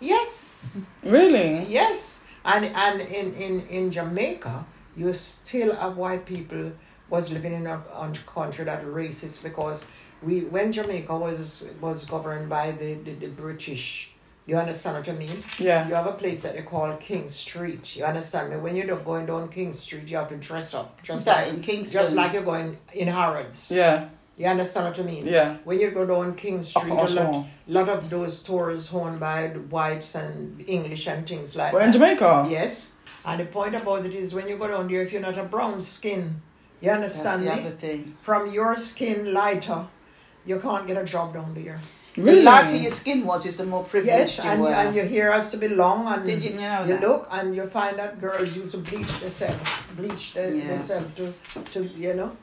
C: Yes,
B: Really?
C: yes, and and in in in Jamaica, you still have white people was living in a, a country that racist because we when Jamaica was was governed by the the, the British. You understand what I mean?
B: Yeah.
C: You have a place that they call King Street. You understand me? When you're going down King Street, you have to dress up. Just
D: That
C: like,
D: in Kingston?
C: Just like you're going in Harrods.
B: Yeah.
C: You understand what I mean?
B: Yeah.
C: When you go down King Street,
B: course,
C: a lot,
B: no.
C: lot of those stores owned by the whites and English and things like
B: We're
C: that.
B: in Jamaica.
C: Yes. And the point about it is when you go down there, if you're not a brown skin, you
D: That's
C: understand
D: the
C: me?
D: other thing.
C: From your skin lighter, you can't get a job down there.
B: Really?
D: The lighter your skin was, is the more privileged
C: Yes,
D: you
C: and,
D: were.
C: and your hair has to be long and
D: Did you know that?
C: look and you find that girls used to bleach themselves. Bleach the,
D: Yeah.
C: themselves to, to you know.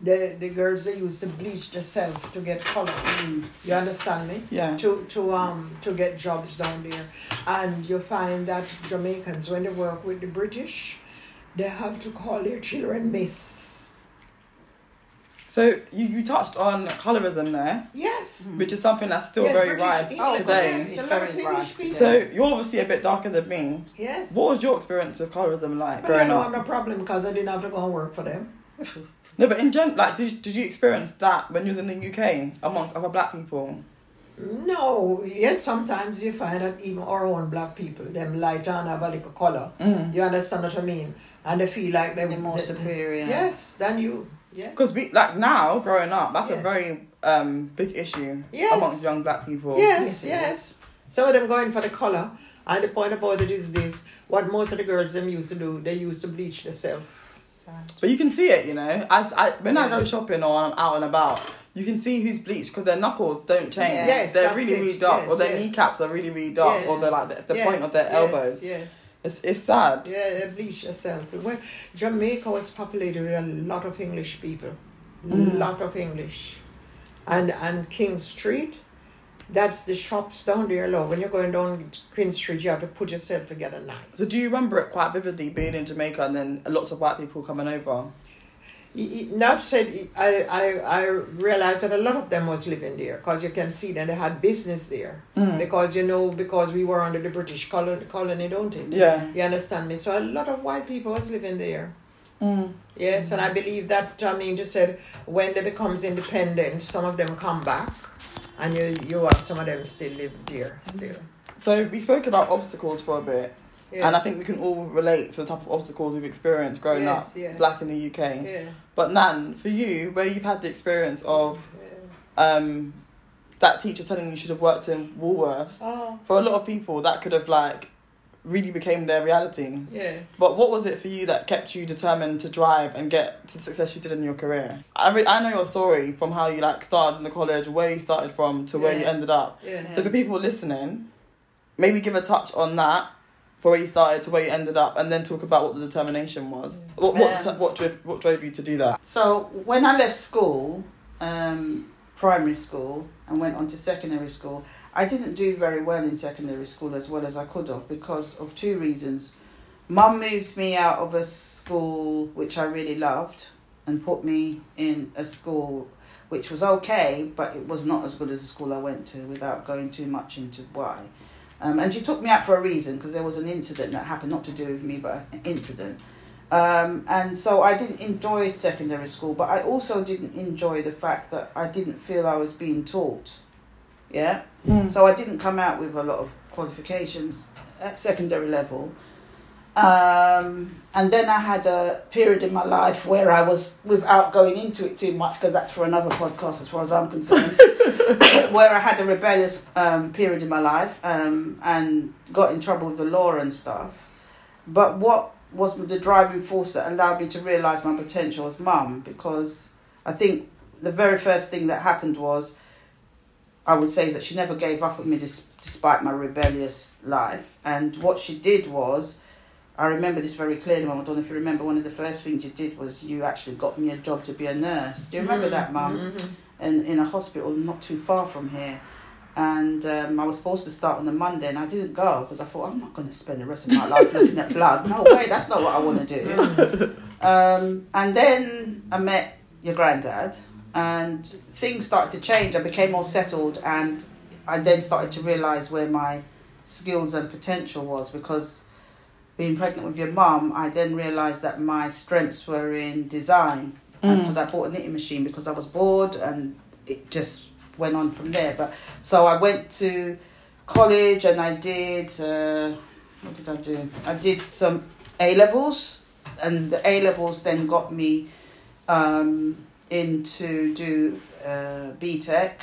C: The the girls they used to bleach themselves to get colour.
D: Mm.
C: You understand me?
B: Yeah.
C: To to um to get jobs down there. And you find that Jamaicans when they work with the British, they have to call their children miss.
B: So you, you touched on colorism there,
C: Yes.
B: which is something that's still
C: Yes,
B: very
C: British-
B: rife
C: yes,
B: today.
C: yes, a
D: Mm. Oh, It's
C: lot
D: very
C: of British
D: rife
C: people.
B: So you're obviously a bit darker than me.
C: yes.
B: What was your experience with colorism like
C: But I
B: growing
C: don't have
B: up?
C: no problem because I didn't have to go and work for them.
B: No, but in general, like, did, did you experience that when you was in the UK amongst other black people?
C: No, yes, sometimes you find that even our own black people, them lighter and have a little color.
B: Mm.
C: You understand what I mean? And they feel like they're
D: They're more superior.
C: Yes, than you. Yeah.
B: Because we like now growing up, that's a
C: Yeah.
B: very um big issue
C: Yes.
B: amongst young black people.
C: Yes, yes. Some of them going for the color. And the point about it is this what most of the girls them used to do, they used to bleach themselves.
B: But you can see it, you know. As I when I go shopping or I'm out and about, you can see who's bleached because their knuckles don't change.
C: Yes,
B: they're
C: that's
B: really
C: it.
B: really dark, or
C: Yes,
B: their
C: yes.
B: kneecaps are really really dark, or
C: Yes.
B: they're like the, the point of their
C: Yes,
B: elbows.
C: Yes.
B: It's it's sad.
C: Yeah, they bleach yourself. uh, Well, Jamaica was populated with a lot of English people,
B: Mm.
C: lot of English, and and King Street, that's the shops down there. Low when you're going down Queen Street, you have to put yourself together nice.
B: So do you remember it quite vividly being in Jamaica and then lots of white people coming over?
C: Y- y- Nab said I, I, I realized that a lot of them was living there because you can see that they had business there
B: Mm.
C: because you know because we were under the British colony, colony don't it?
B: Yeah.
C: you understand me. So a lot of white people was living there.
B: Mm.
C: Yes, and I believe that I mean just said when they becomes independent, some of them come back, and you you have some of them still live there still.
B: So we spoke about obstacles for a bit.
C: Yeah.
B: And I think we can all relate to the type of obstacles we've experienced growing
C: Yes,
B: up,
C: yeah.
B: black in the UK.
C: yeah.
B: But Nan, for you, where you've had the experience of um, that teacher telling you you should have worked in Woolworths,
C: Oh
B: for a lot of people that could have like really became their reality.
C: yeah.
B: But what was it for you that kept you determined to drive and get to the success you did in your career? I re- I know your story from how you like started in the college, where you started from to where you
C: Yeah.
B: ended up.
C: Yeah.
B: So for people listening, maybe give a touch on that. For where you started to where you ended up, and then talk about what the determination was. What what,
D: Um,
B: what, drove, what drove you to do that?
D: So when I left school, um, primary school, and went on to secondary school, I didn't do very well in secondary school as well as I could have because of two reasons. Mum moved me out of a school which I really loved and put me in a school which was okay, but it was not as good as the school I went to without going too much into why. Um, and she took me out for a reason because there was an incident that happened, not to do with me, but an incident. Um, and so I didn't enjoy secondary school, but I also didn't enjoy the fact that I didn't feel I was being taught. Yeah? So I didn't come out with a lot of qualifications at secondary level. Um, and then I had a period in my life where I was, without going into it too much, because that's for another podcast as far as I'm concerned, where I had a rebellious um, period in my life um, and got in trouble with the law and stuff. But what was the driving force that allowed me to realise my potential as mum? Because I think the very first thing that happened was I would say is that she never gave up on me dis- despite my rebellious life. And what she did was, I remember this very clearly, Mum. I don't know if you remember, one of the first things you did was you actually got me a job to be a nurse. Do you remember that, Mum? And in a hospital not too far from here. And um, I was supposed to start on a Monday, and I didn't go because I thought I'm not going to spend the rest of my life looking at blood. No way, that's not what I want to do. Um, and then I met your granddad, and things started to change. I became more settled, and I then started to realise where my skills and potential was because being pregnant with your mum, I then realised that my strengths were in design because I bought a knitting machine because I was bored, and it just went on from there. But so I went to college and I did uh, what did I do? I did some A levels, and the A levels then got me um, in to do uh, B Tech.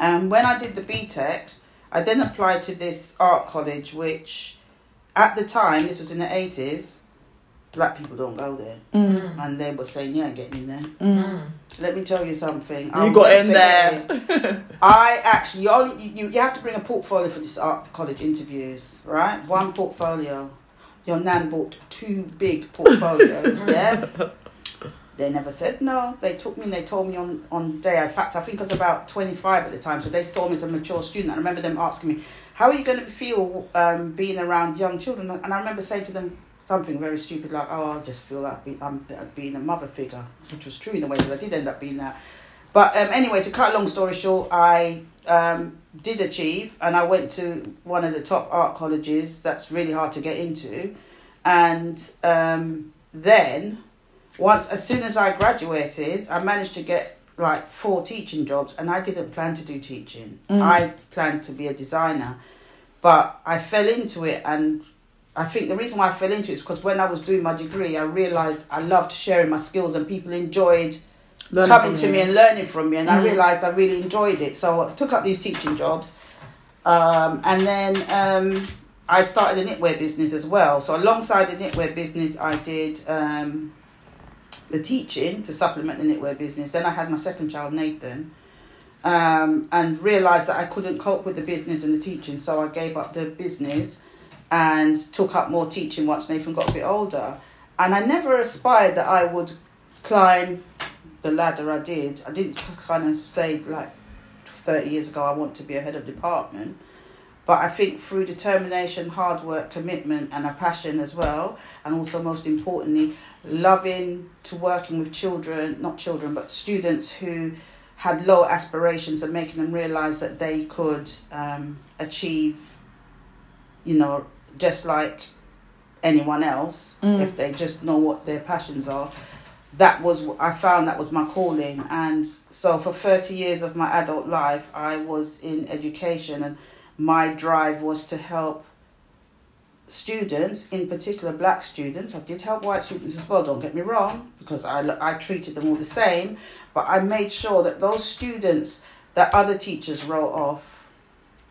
D: And when I did the B Tech, I then applied to this art college, which at the time, this was in the 80s, black people don't go there.
B: Mm.
D: And they were saying, You ain't getting in there. Let me tell you something. I'll
B: You got
D: never
B: in
D: forget
B: there.
D: it. I actually, you, only, you, you have to bring a portfolio for these art college interviews, right? One portfolio. Your nan bought two big portfolios, yeah? They never said no. They took me and they told me on, on day. In fact, I think I was about 25 at the time, so they saw me as a mature student. I remember them asking me, How are you going to feel um, being around young children? And I remember saying to them something very stupid like, Oh, I just feel like be- I'm uh, being a mother figure, which was true in a way because I did end up being that. But um, anyway, to cut a long story short, I um, did achieve and I went to one of the top art colleges that's really hard to get into. And um, then, once as soon as I graduated, I managed to get like four teaching jobs and I didn't plan to do teaching.
B: Mm.
D: I planned to be a designer. But I fell into it and I think the reason why I fell into it is because when I was doing my degree, I realised I loved sharing my skills and people enjoyed
B: Learning
D: coming
B: from
D: to
B: you. Mm.
D: me and learning from me. And I realised I really enjoyed it. So I took up these teaching jobs. Um, and then um, I started a knitwear business as well. So alongside the knitwear business, I did um, the teaching to supplement the knitwear business. Then I had my second child, Nathan, um, and realised that I couldn't cope with the business and the teaching, so I gave up the business and took up more teaching once Nathan got a bit older. And I never aspired that I would climb the ladder I did. I didn't kind of say, like, 30 years ago, I want to be a head of department. But I think through determination, hard work, commitment, and a passion as well, and also most importantly, loving to working with children, not children, but students who had low aspirations and making them realize that they could um, achieve, you know, just like anyone else if they just know what their passions are. That was wh- I found that was my calling, and so for thirty years of my adult life, I was in education, and my drive was to help students, in particular black students. I did help white students as well, don't get me wrong, because I, I treated them all the same, but I made sure that those students that other teachers wrote off,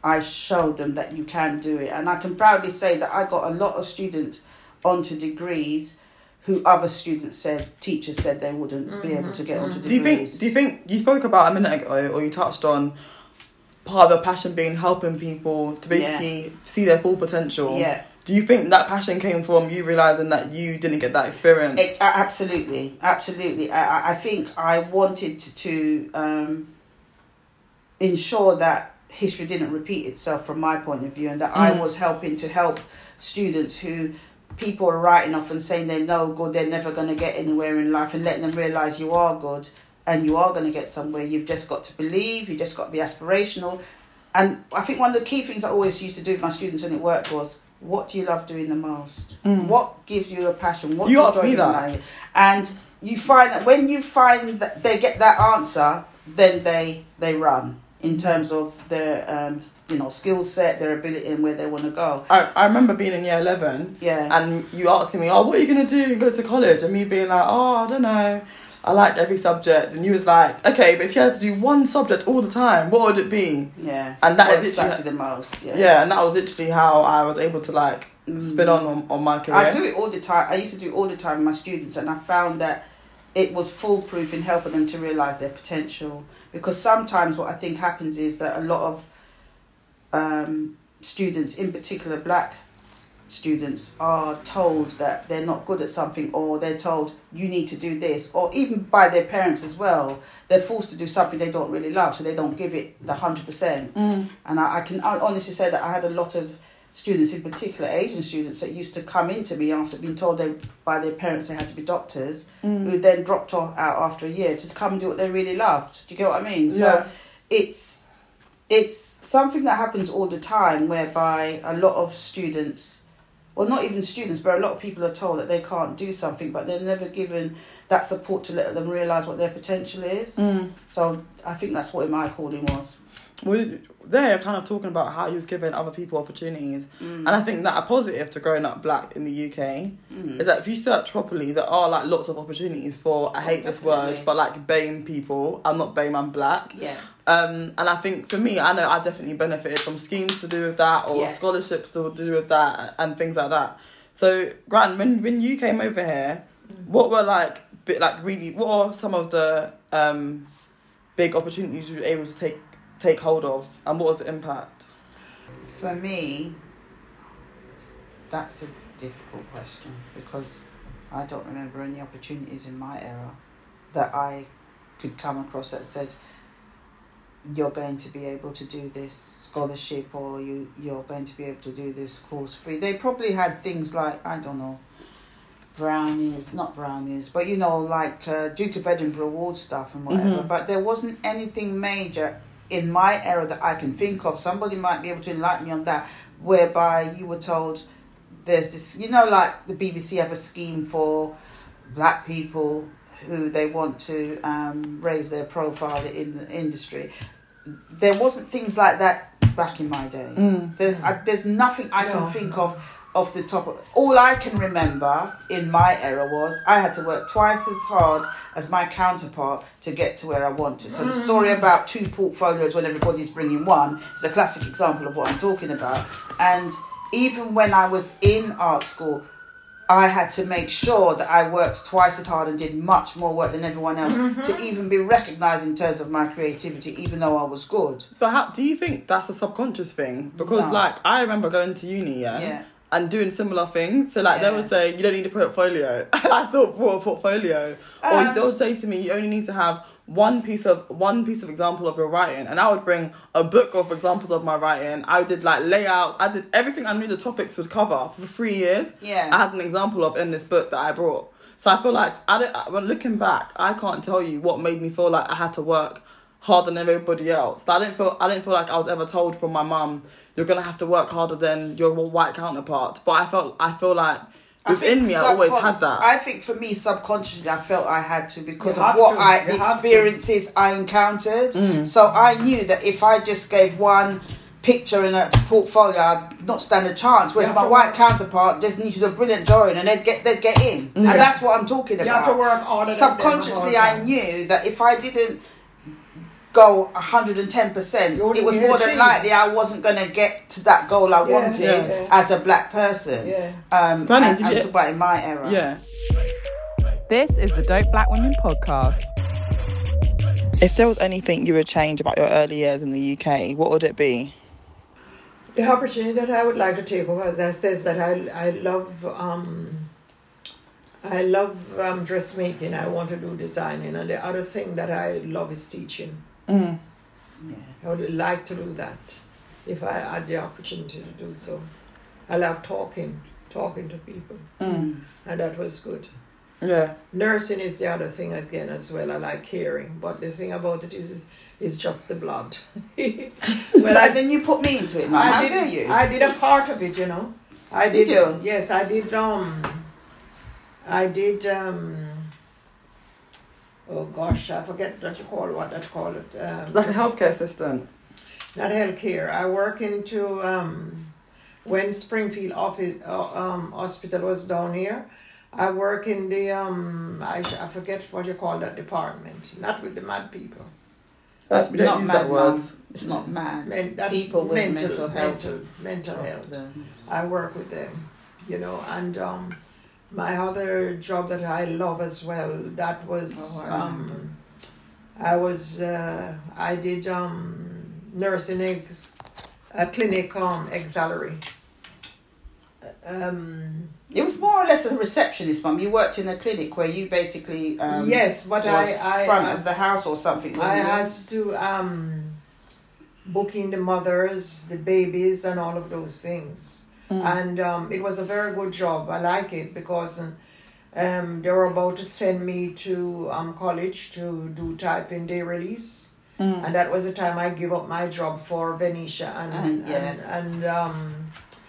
D: I showed them that you can do it. And I can proudly say that I got a lot of students onto degrees who other students said, teachers said they wouldn't be able to get onto
B: Mm-hmm. Do
D: degrees.
B: you think? Do you think you spoke about a minute ago, or you touched on part of the passion being helping people to basically see their full potential?
D: Yeah.
B: Do you think that passion came from you realizing that you didn't get that experience?
D: It's, a- absolutely, absolutely. I, I- I think I wanted to, to um, ensure that history didn't repeat itself from my point of view, and that I
B: Mm.
D: was helping to help students who people are writing off and saying they're no good, they're never going to get anywhere in life, and letting them realize you are good and you are going to get somewhere. You've just got to believe. You just got to be aspirational. And I think one of the key things I always used to do with my students and it worked was, what do you love doing the most? What gives you a passion? What
B: Mm. You
D: do you
B: asked
D: enjoy
B: me
D: doing
B: that.
D: in life? And you find that when you find that they get that answer, then they they run. in terms of their um, you know skill set, their ability, and where they want to go.
B: I, I remember being in year 11
D: Yeah.
B: and you asking me, oh, what are you going to do? Go to college? And me being like, oh, I don't know. I liked every subject. And you was like, okay, but if you had to do one subject all the time, what would it be?
D: yeah,
B: And that
D: What
B: is
D: excites you
B: literally-
D: the most. Yeah,
B: Yeah, and that was literally how I was able to like spin on on, on my career.
D: I do it all the time. I used to do it all the time with my students, and I found that it was foolproof in helping them to realize their potential. Because sometimes what I think happens is that a lot of um, students, in particular black students, are told that they're not good at something, or they're told you need to do this, or even by their parents as well. They're forced to do something they don't really love, so they don't give it the hundred percent. And I, I can hon- honestly say that I had a lot of students, in particular Asian students, that used to come into me after being told they, by their parents they had to be doctors, who then dropped off out after a year to come do what they really loved. Do you get what I mean?
B: Yeah.
D: So it's it's something that happens all the time whereby a lot of students well not even students but a lot of people are told that they can't do something but they're never given that support to let them realize what their potential is so i think that's what my calling was
B: we they're kind of talking about how he was giving other people opportunities
D: Mm.
B: and i think that a positive to growing up black in the uk
D: Mm.
B: is that if you search properly there are like lots of opportunities for i hate this word
D: definitely.
B: but like BAME people i'm not BAME i'm black
D: yeah
B: um, and I think for me, I know I definitely benefited from schemes to do with that or
D: Yeah.
B: scholarships to do with that and things like that. So, Gran, when, when you came over here, what were like, bit like really, what are some of the um, big opportunities you were able to take take hold of and what was the impact?
D: for me that's a difficult question because i don't remember any opportunities in my era that i could come across that said you're going to be able to do this scholarship or you you're going to be able to do this course free. They probably had things like I don't know brownies, not brownies, but you know like uh, Duke of Edinburgh Award stuff and whatever. But there wasn't anything major in my era that I can think of. Somebody might be able to enlighten me on that, whereby you were told there's this you know like the BBC have a scheme for black people who they want to um, raise their profile in the industry. There wasn't things like that back in my day. There's, I, there's nothing I can
C: No.
D: think of off the top of all I can remember in my era was I had to work twice as hard as my counterpart to get to where I wanted. So the story about two portfolios when everybody's bringing one is a classic example of what I'm talking about. And even when I was in art school, I had to make sure that I worked twice as hard and did much more work than everyone else to even be recognized in terms of my creativity, even though I was good.
B: But how, do you think that's a subconscious thing? Because
D: No.
B: like I remember going to uni, yeah,
D: Yeah.
B: and doing similar things. So like they
D: Yeah.
B: would say you don't need a portfolio, and I still brought a portfolio.
D: Um,
B: or they would say to me you only need to have one piece of one piece of example of your writing, and I would bring a book of examples of my writing. I did like layouts. I did everything I knew the topics would cover for three years.
D: Yeah.
B: I had an example of in this book that I brought. So I feel like I don't, when looking back, I can't tell you what made me feel like I had to work harder than everybody else. Like, I didn't feel I didn't feel like I was ever told from my mum, "You're gonna have to work harder than your white counterpart." But I felt I feel like
D: I
B: within
D: think
B: me, I always
D: subcon-
B: had that.
D: I think for me, subconsciously, I felt I had to because
C: You
D: of
C: have
D: what
C: to.
D: I
C: You have to.
D: experiences I encountered.
B: Mm.
D: So I knew that if I just gave one picture in a portfolio, I'd not stand a chance. Whereas
C: have
D: my
C: to
D: white
C: work.
D: counterpart just needed a brilliant drawing, and they'd get they'd get
B: Mm.
D: in. And that's what I'm talking about.
C: have to work harder than them the whole
D: Subconsciously, I
C: time.
D: knew that if I didn't go 110%
C: You
D: it was
C: wouldn't
D: more than
C: achieve.
D: likely i wasn't going to get to that goal i wanted
C: yeah.
D: as a black person
C: Yeah.
D: um
B: Granny,
D: and,
B: did
D: and
B: you-
D: talk about in my era
B: yeah.
E: This is the Dope Black Women Podcast.
B: If there was anything you would change about your early years in the UK, what would it be?
C: The opportunity that I would like to take over, as I says that I I love um, I love um, dressmaking. I want to do designing, and the other thing that I love is teaching. I would like to do that if I had the opportunity to do so. I like talking, talking to people, and that was good.
B: Yeah.
C: Nursing is the other thing again as well. I like hearing, but the thing about it is, is, is just the blood. when
D: so
C: I
D: then you put me into it, man.
C: I
D: How
C: did,
D: dare you?
C: I did a part of it, you know. I did.
D: Did you?
C: Yes, I did. Um, I did. Um, oh gosh, I forget what you call what that call it. Um,
B: Like a healthcare assistant.
C: not healthcare. I work into um, when Springfield office uh, um, hospital was down here. I work in the um, I, sh- I forget what you call that department. Not with the mad people.
B: That, we don't
D: not
B: use
D: mad,
B: that word.
D: mum. It's not mad.
C: Men, that
D: People with mental, health. Oh,
C: mental, mental health.
D: problems.
C: I work with them, you know, and um, my other job that I love as well. That was
D: Oh, I
C: um, I was uh, I did um, nursing ex, a clinic um auxiliary. Um,
D: It was more or less a receptionist, mum. You worked in a clinic where you basically um,
C: yes, but
D: was
C: I I,
D: front
C: I,
D: of the house or something.
C: I
D: wasn't you?
C: has to um, booking the mothers, the babies, and all of those things.
D: Mm.
C: And um, it was a very good job. I like it because uh, um, they were about to send me to um, college to do typing day release.
D: Mm.
C: And that was the time I gave up my job for Venetia and
D: Mm, yeah.
C: and, and um,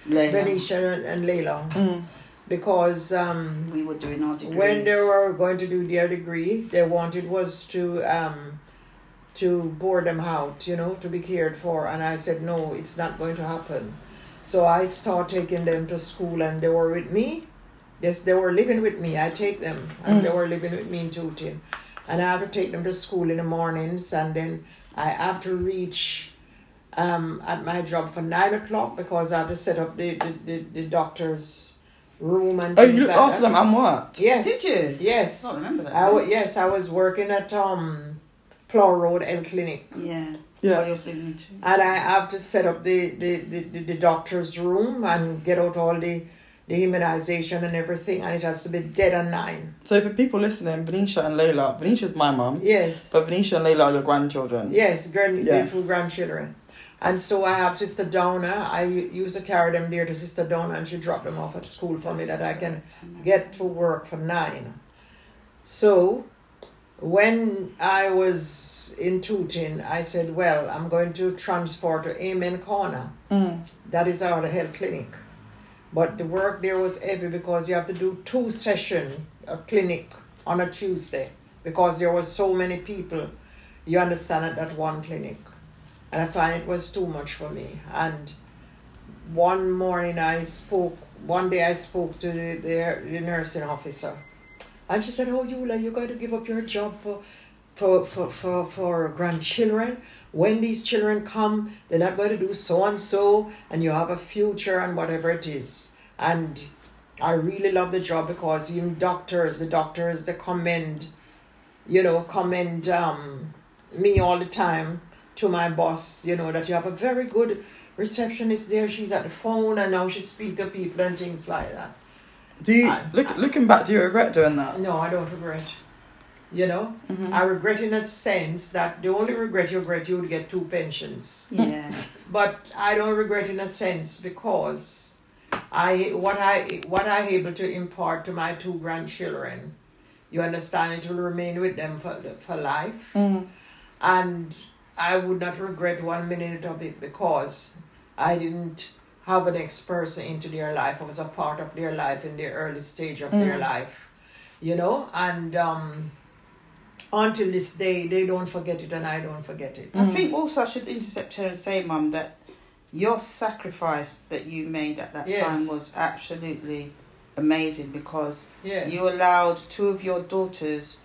D: Lena,
C: Venetia and Layla
D: Mm.
C: because um,
D: we were doing our degrees.
C: when they were going to do their degree, they wanted was to um, to board them out, you know, to be cared for. And I said, no, it's not going to happen. So I start taking them to school, and they were with me. Yes, they were living with me. I take them, and
B: Mm.
C: they were living with me in Tooting. And I have to take them to school in the mornings, and then I have to reach um, at my job for nine o'clock because I have to set up the, the, the, the doctor's room and
B: Oh,
C: things
B: you looked
C: like
B: after
C: that.
B: them and worked.
C: Yes.
D: Did you?
C: Yes.
D: I remember that.
C: I wa- yes, I was working at um, Plough Road and Clinic,
D: yeah.
B: Yeah.
D: While you was living in Tooting.
C: and I have to set up the the, the, the, the doctor's room and get out all the the immunization and everything, and it has to be dead at nine.
B: So for people listening, Venetia and Layla, Venetia's my mum,
C: Yes.
B: but Venetia and Layla are your grandchildren.
C: Yes, grand,
B: Yeah.
C: little grandchildren. And so I have Sister Donna. I u- used to carry them there to Sister Donna, and she dropped them off at school for me that I can get to work for nine. So when I was in Tooting, I said, Well, I'm going to transfer to Amen Corner.
B: Mm.
C: That is our health clinic. But the work there was heavy because you have to do two session a clinic on a Tuesday because there were so many people, you understand, at that one clinic. And I find it was too much for me. And one morning I spoke, one day I spoke to the, the, the nursing officer. And she said, Oh, Yula, you're going to give up your job for, for, for, for, for grandchildren. When these children come, they're not going to do so and so, and you have a future and whatever it is. And I really love the job because even doctors, the doctors, they commend, you know, commend um, me all the time to my boss, you know, that you have a very good receptionist there. She's at the phone and now she speaks to people and things like that.
B: Do you
C: I-
B: look looking back? Do you regret doing that?
C: No, I don't regret. You know, I regret in a sense that the only regret you regret you would get two pensions,
D: Yeah.
C: but I don't regret in a sense because I what I what I able to impart to my two grandchildren, you understand it will remain with them for for life, and I would not regret one minute of it because I didn't have an ex person into their life. I was a part of their life in the early stage of their life, you know, and um, until this day they don't forget it and I don't forget it.
D: I think also I should intercept her and say, Mum, that your sacrifice that you made at that
C: Yes.
D: time was absolutely amazing because
C: Yeah.
D: you allowed two of your daughters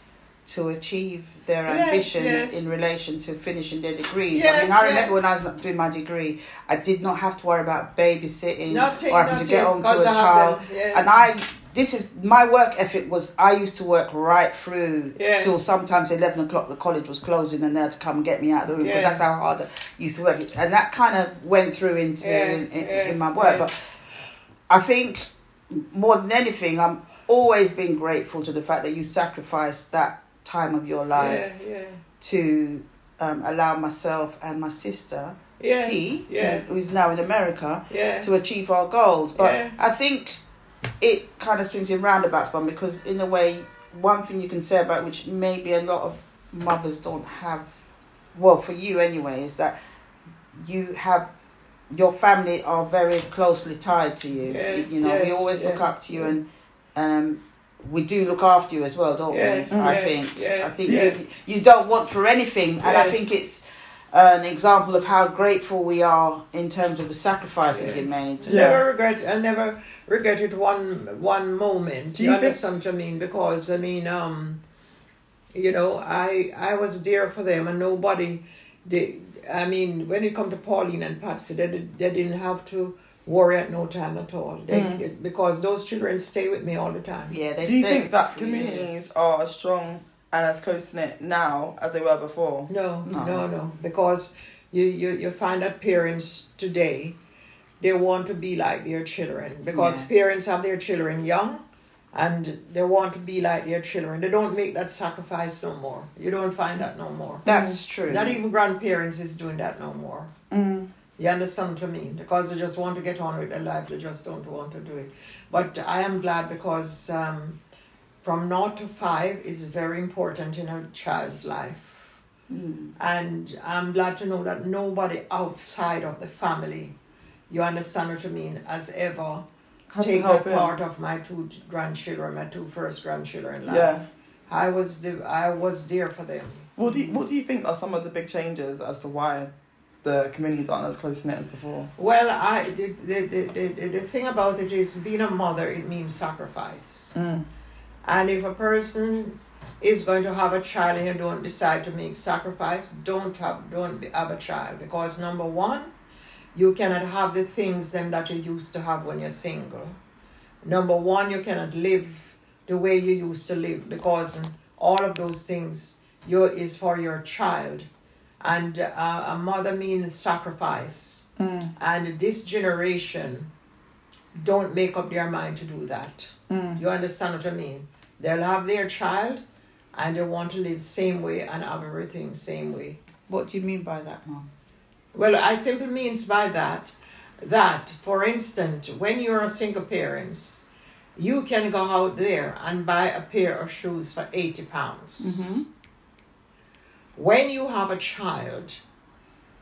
D: to achieve their
C: Yes,
D: ambitions
C: yes.
D: in relation to finishing their degrees. I
C: Yes,
D: mean, I
C: yes.
D: remember when I was not doing my degree, I did not have to worry about babysitting
C: Nothing,
D: or having to get on
C: nothing,
D: to a
C: 'cause I
D: child.
C: have them, yeah.
D: And I, this is my work ethic was I used to work right through
C: Yeah.
D: till sometimes 11 o'clock the college was closing and they had to come and get me out of the room because
C: Yeah.
D: that's how hard I used to work. And that kind of went through into
C: Yeah,
D: in, in,
C: yeah,
D: in my work.
C: yeah.
D: But I think more than anything, I'm always been grateful to the fact that you sacrificed that time of your life
C: Yeah, yeah.
D: to um, allow myself and my sister,
C: Yes,
D: P,
C: yes.
D: who's now in America,
C: Yeah.
D: to achieve our goals. But
C: Yes.
D: I think it kind of swings in roundabouts, but because in a way, one thing you can say about which maybe a lot of mothers don't have, well, for you anyway, is that you have your family are very closely tied to you.
C: Yes,
D: you know, we
C: yes,
D: always look
C: yeah.
D: up to you, and um, we do look after you as well, don't
C: Yeah,
D: we? I
C: yeah,
D: think.
C: yeah,
D: I think
C: yeah.
D: you, you don't want for anything, and I
C: Yeah.
D: think it's an example of how grateful we are in terms of the sacrifices you made.
C: Never regret. I never regretted one one moment.
B: Do
C: Do
B: you
C: you,
B: think-
C: understand what I mean? Because I mean, um, you know, I I was there for them, and nobody. They, I mean, when it come to Pauline and Patsy, they did- they didn't have to worry at no time at all. They,
B: Mm.
C: Because those children stay with me all the time.
D: Yeah, they
B: Do you
D: stayed
B: think that
D: for years.
B: communities are as strong and as close knit now as they were before?
C: No, no, no, because you, you, you find that parents today, they want to be like their children because
D: Yeah.
C: parents have their children young and they want to be like their children. They don't make that sacrifice no more. You don't find that no more.
D: That's true.
C: Not even grandparents is doing that no more.
B: Mm.
C: You understand what I mean? Because they just want to get on with their life, they just don't want to do it. But I am glad because um, from naught to five is very important in a child's life.
B: Mm.
C: And I'm glad to know that nobody outside of the family, you understand what I mean, as ever
B: Had to
C: take
B: help
C: that
B: him.
C: part of my two grandchildren, my two first grandchildren. Life.
B: Yeah.
C: I was the, I was there for them.
B: What do you, What do you think are some of the big changes as to why the communities aren't as close knit as before?
C: Well, I the, the, the, the, the thing about it is being a mother, it means sacrifice. And if a person is going to have a child and you don't decide to make sacrifice, don't have don't be- have a child because number one, you cannot have the things them that you used to have when you're single. Number one, you cannot live the way you used to live because all of those things you is for your child, and uh, a mother means sacrifice. And this generation don't make up their mind to do that. You understand what I mean? They'll have their child and they want to live same way and have everything same way.
D: What do you mean by that, Mum?
C: Well, I simply means by that that, for instance, when you're a single parent, you can go out there and buy a pair of shoes for eighty pounds. When you have a child,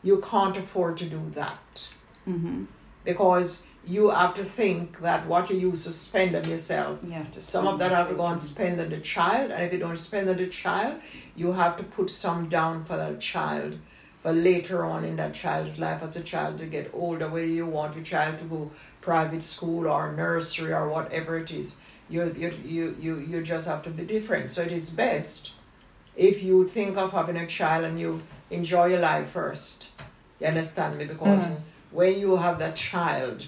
C: you can't afford to do that
D: Mm-hmm.
C: because you have to think that what you used to spend on yourself.
D: You have to
C: Some of
D: spend
C: that
D: on
C: have to go and
D: children.
C: spend on the child, and if you don't spend on the child, you have to put some down for that child. But later on in that child's life, as a child to get older, whether you want your child to go private school or nursery or whatever it is, you you you you, you just have to be different. So it is best if you think of having a child and you enjoy your life first. You understand me? Because when you have that child,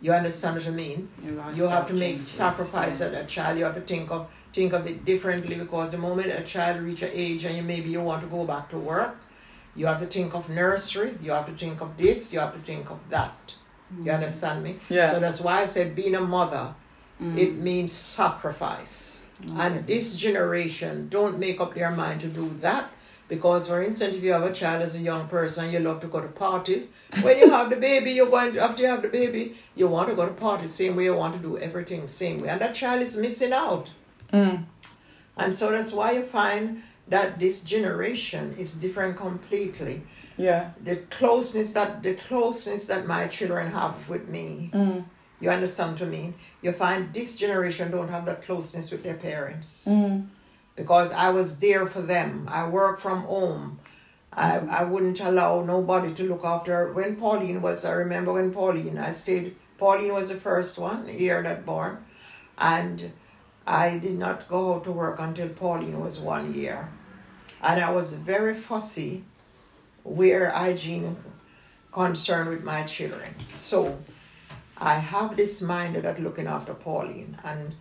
C: you understand what I mean?
D: Your
C: you have to
D: lifestyle
C: make
D: changes,
C: sacrifice
D: yeah.
C: at that child. You have to think of think of it differently because the moment a child reach an age and you maybe you want to go back to work, you have to think of nursery, you have to think of this, you have to think of that. You understand me?
B: Yeah.
C: So that's why I said being a mother, it means sacrifice. And this generation don't make up their mind to do that. Because, for instance, if you have a child as a young person, you love to go to parties. When you have the baby, you're going to, after you have the baby, you want to go to parties same way. You want to do everything same way, and that child is missing out. And so that's why you find that this generation is different completely
B: Yeah.
C: the closeness that the closeness that my children have with me. You understand what I mean? You find this generation don't have that closeness with their parents because I was there for them. I work from home. I, I wouldn't allow nobody to look after her. When Pauline was, I remember when Pauline, I stayed, Pauline was the first one here that born. And I did not go out to work until Pauline was one year. And I was very fussy where hygiene concern with my children. So I have this mind that looking after Pauline and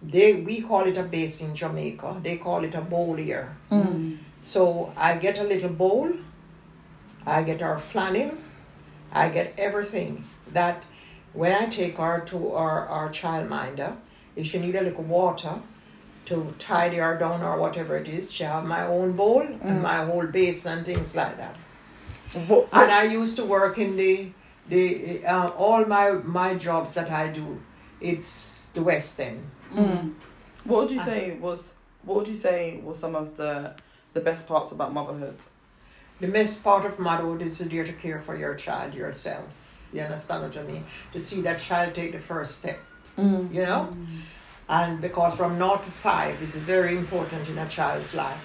C: they we call it a base in Jamaica. They call it a bowl here. So I get a little bowl, I get our flannel, I get everything that when I take her to our, our childminder, if she need a little water to tidy her down or whatever it is, she have my own bowl and my whole base and things like that.
B: What,
C: And I used to work in the the uh, all my my jobs that I do, it's the West End.
B: What would you say was What would you say was some of the the best parts about motherhood?
C: The best part of motherhood is to dare to care for your child yourself. You understand what I mean? To see that child take the first step. You know? and because from naught to five is very important in a child's life.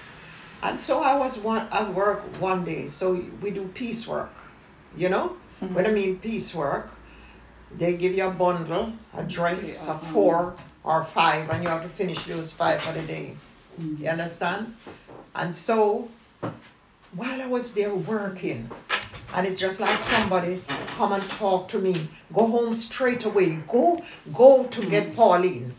C: And so I was one at work one day. So we do piecework, you know. When I mean piecework, they give you a bundle, a dress of four or five, and you have to finish those five for the day. You understand? And so while I was there working, and it's just like somebody come and talk to me. Go home straight away. Go go to get Pauline.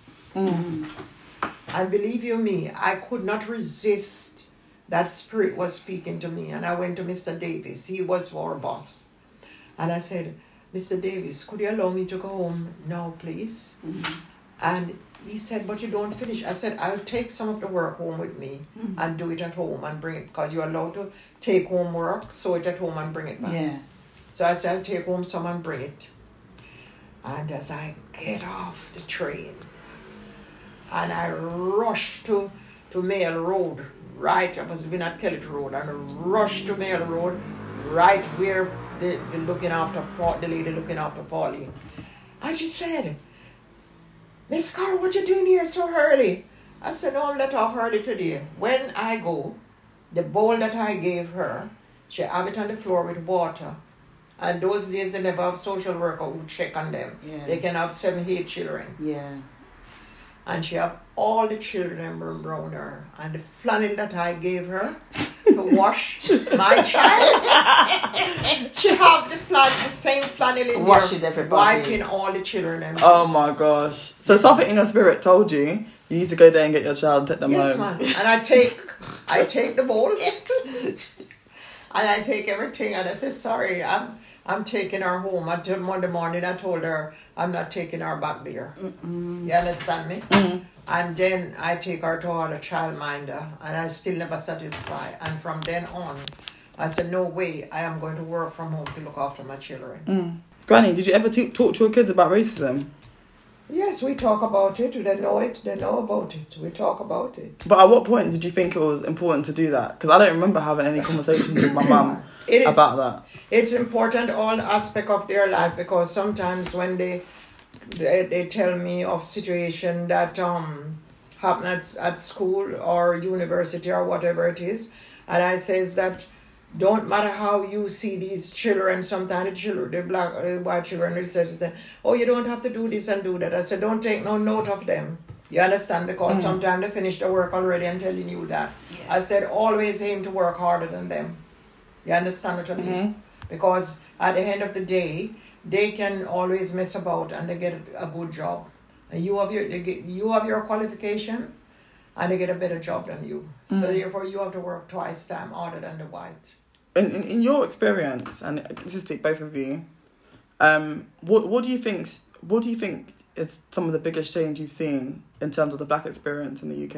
C: And believe you me, I could not resist that spirit was speaking to me. And I went to Mr. Davis. He was our boss. And I said, Mr. Davis, could you allow me to go home now, please? And he said, But you don't finish. I said, I'll take some of the work home with me and do it at home and bring it because you're allowed to take home work, sew it at home and bring it back.
D: Yeah.
C: So I said, I'll take home some and bring it. And as I get off the train, and I rushed to, to Mail Road, right, I was been at Pellet Road, and I rushed to Mail Road, right where the, the looking after, Pa- the lady looking after Pauline. And she said, Miss Carr, what you doing here so early? I said, no, I'm let off early today. When I go, the bowl that I gave her, she have it on the floor with water. And those days they never have social worker who check on them.
D: Yeah.
C: They can have seven, eight children.
D: Yeah.
C: And she have all the children in brown her. And the flannel that I gave her to wash my child. she have the flannel, the same flannel in
D: Wash
C: there,
D: it, everybody.
C: wiping all the children in
B: Oh my gosh. So something in your spirit told you you need to go there and get your child and take them
C: Yes,
B: home.
C: ma'am. And I take, I take the bowl, and I take everything, and I say, "Sorry, I'm, I'm taking her home." Until Monday morning, I told her, "I'm not taking her back there." You understand me? And then I take her to all the childminder, and I still never satisfy. And from then on, I said, "No way, I am going to work from home to look after my children."
B: Granny, did you ever t- talk to your kids about racism?
C: Yes, we talk about it. They know it. They know about it. We talk about it.
B: But at what point did you think it was important to do that? Because I don't remember having any conversations with my mum
C: It is-
B: about that.
C: it's important all aspect of their life because sometimes when they they, they tell me of situation that um happen at, at school or university or whatever it is and i says that don't matter how you see these children sometimes the children the black the white children they says that oh you don't have to do this and do that i said don't take no note of them you understand because sometimes they finish the work already and telling you that i said always aim to work harder than them you understand what I mean? Because at the end of the day, they can always mess about and they get a good job. And you have your they get, you have your qualification, and they get a better job than you. So therefore, you have to work twice time harder than the white.
B: In, in, in your experience, and this is to both of you, um, what what do you think? What do you think is some of the biggest change you've seen in terms of the black experience in the UK?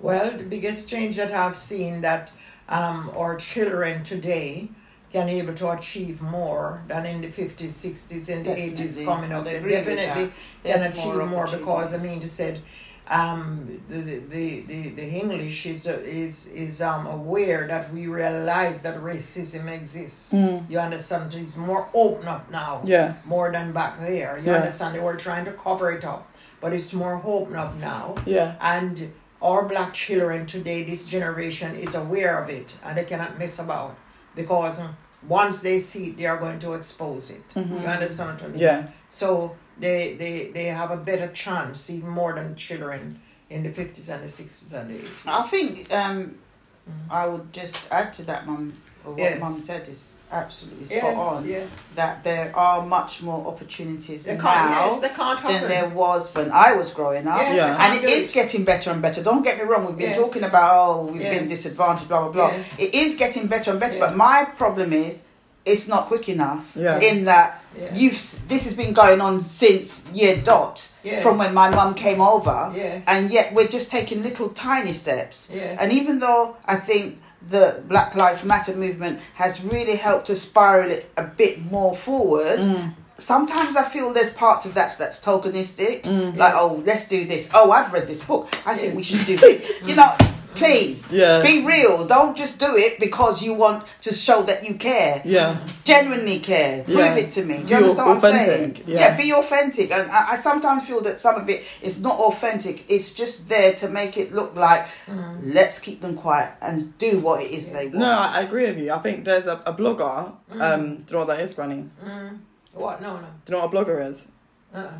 C: Well, the biggest change that I've seen that um, our children today can able to achieve more than in the 50s, 60s, and the
D: Definitely.
C: 80s coming up.
D: I'd
C: They
D: agree with
C: definitely can
D: that. There's more
C: achieve more because, I
D: opportunity.
C: mean, you said um, the, the, the, the English is, uh, is, is um, aware that we realize that racism exists. You understand? It's more open up now
B: Mm. Yeah.
C: more than back there. You
B: Yeah.
C: understand? They were trying to cover it up, but it's more open up now.
B: Yeah.
C: And our black children today, this generation is aware of it and they cannot mess about because mm, once they see it, they are going to expose it.
D: Mm-hmm.
C: You understand what I mean?
B: Yeah.
C: So they, they, they have a better chance, even more than children in the 50s and the 60s and the 80s.
D: I think um, I would just add to that, Mum. What
C: Yes.
D: Mum said is absolutely spot
C: Yes,
D: on.
C: yes.
D: That there are much more opportunities
C: They can't-
D: now
C: yes, they can't
D: than
C: happen.
D: there was when I was growing up.
C: Yes,
B: Yeah. they
C: can't
D: And it
C: do
D: is
C: it.
D: getting better and better. Don't get me wrong, we've been
C: Yes.
D: talking about, oh, we've been
C: Yes.
D: disadvantaged, blah, blah, blah.
C: Yes.
D: It is getting better and better.
C: Yeah.
D: But my problem is, it's not quick enough
B: Yeah.
D: in that
C: Yeah.
D: you've s- this has been going on since year dot
C: Yes.
D: from when my mum came over
C: Yes.
D: and yet we're just taking little tiny steps
C: Yes.
D: and even though i think the black lives matter movement has really helped to spiral it a bit more forward Sometimes I feel there's parts of that that's tokenistic, like oh let's do this. Oh I've read this book. I think we should do this. You know, Please,
B: Yeah.
D: be real. Don't just do it because you want to show that you care.
B: Yeah.
D: Genuinely care. Prove
B: Yeah.
D: it to me. Do you
B: Be
D: understand what I'm saying?
B: authentic,
D: Yeah.
B: yeah.
D: be authentic. And I, I sometimes feel that some of it is not authentic. It's just there to make it look like let's keep them quiet and do what it is they want.
B: No, I, I agree with you. I think there's a, a blogger.
C: Mm.
B: Um, do you know what that is, Granny?
C: What? No, no.
B: Do you know what a blogger is?
C: Uh-uh.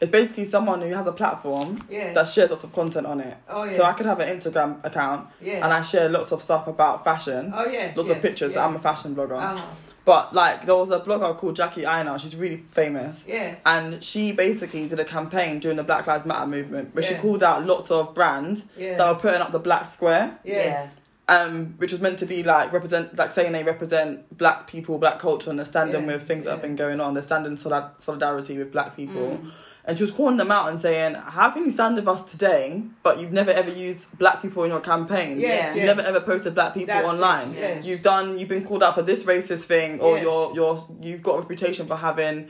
B: It's basically someone who has a platform
C: Yes.
B: that shares lots of content on it.
C: Oh,
B: So I
C: yes.
B: could have an Instagram account
C: Yes.
B: and I share lots of stuff about fashion.
C: Oh, yes,
B: Lots
C: yes,
B: of pictures.
C: yeah.
B: I'm a fashion blogger.
C: Uh-huh.
B: But like there was a blogger called Jackie Einar, she's really famous.
C: Yes.
B: And she basically did a campaign during the Black Lives Matter movement where she
C: Yeah.
B: called out lots of brands
C: Yeah.
B: that were putting up the black square.
C: Yes.
B: Um, which was meant to be like represent like saying they represent black people, black culture and they're standing
C: Yeah,
B: with things that have
C: yeah. Mm.
B: been going on. They're standing solid- solidarity with black people. And she was calling them out and saying, How can you stand with us today but you've never ever used black people in your campaign?
C: Yes,
B: you
C: yes.
B: never ever posted black people
C: That's it,
B: online.
C: yes.
B: You've done you've been called out for this racist thing or
C: Yes.
B: you're you're you've got a reputation for having,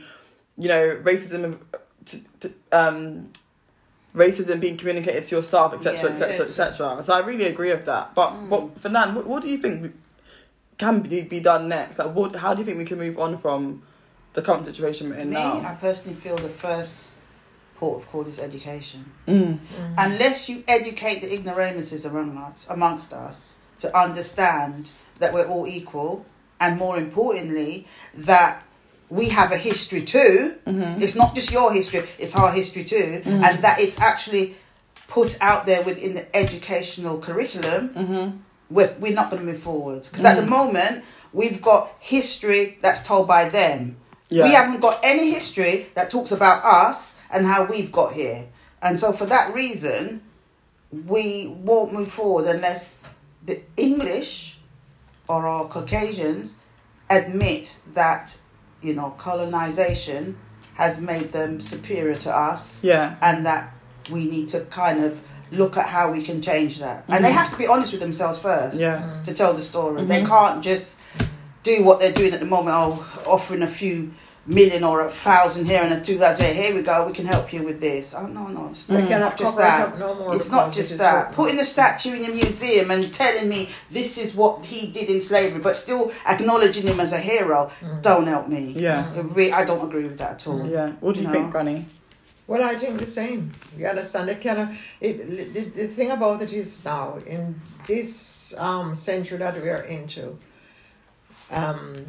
B: you know, racism t- t- um racism being communicated to your staff, etc.,
D: Yeah. Mm.
B: etc.,
C: Yes.
B: etc. So I really agree with that. But what, Fernand, what, what do you think we- can be, be done next? Like, what, how do you think we can move on from the current situation we're in
D: Me,
B: now?
D: I personally feel the first port of call is education. Unless you educate the ignoramuses among us, amongst us to understand that we're all equal, and more importantly, that we have a history too. It's not just your history, it's our history too, and that it's actually put out there within the educational curriculum we're, we're not going to move forward. Because at
B: Mm.
D: the moment, we've got history that's told by them.
B: Yeah.
D: We haven't got any history that talks about us and how we've got here. And so, for that reason, we won't move forward unless the English or our Caucasians admit that, you know, colonization has made them superior to us
B: Yeah.
D: and that we need to kind of look at how we can change that. And they have to be honest with themselves first
B: Yeah. Mm.
D: to tell the story. They can't just do what they're doing at the moment, oh, offering a few million or a thousand here and a two thousand here. Here we go, we can help you with this. Oh, no, no, it's
C: They
D: it's
C: cannot
D: not just
C: cover it
D: that.
C: up no more
D: it's
C: because
D: not
C: it
D: just
C: is
D: that.
C: written.
D: Putting a statue in a museum and telling me this is what he did in slavery, but still acknowledging him as a hero, don't help me.
B: Yeah.
D: It re- I don't agree with that at all.
B: yeah. What do you
D: No.
B: think, Granny?
C: Well, I think the same. You understand? It kind of it. The, the thing about it is now in this um, century that we are into, um,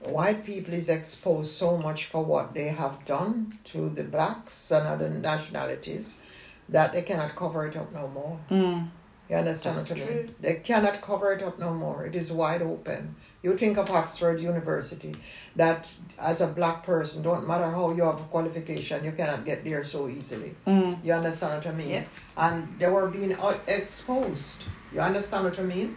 C: white people is exposed so much for what they have done to the blacks and other nationalities that they cannot cover it up no more. You understand
D: That's
C: what I mean?
D: true.
C: They cannot cover it up no more. It is wide open. You think of Oxford University, that as a black person, don't matter how you have a qualification, you cannot get there so easily. You understand what I mean?
D: Mm. Yeah.
C: And they were being o- exposed. You understand what I mean?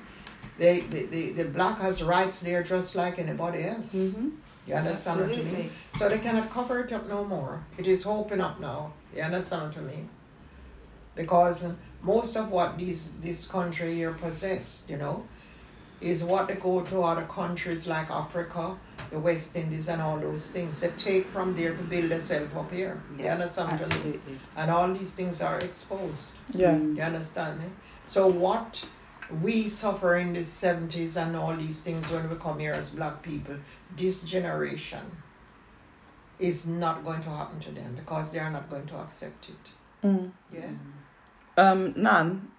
C: They, the, the, the black has rights there just like anybody else. You understand what I mean?
D: Mm-hmm. Absolutely.
C: So they cannot cover it up no more. It is open up now. You understand what I mean? because most of what these this country here possessed, you know, is what they go to other countries like Africa, the West Indies, and all those things. They take from there to build themselves up here. you
D: Yeah,
C: understand? what I mean?
D: absolutely.
C: And all these things are exposed.
B: Yeah.
D: Mm.
C: You understand me? So what we suffer in the seventies and all these things when we come here as black people, this generation is not going to happen to them because they are not going to accept it.
D: Mm.
C: Yeah.
B: Um, Nan,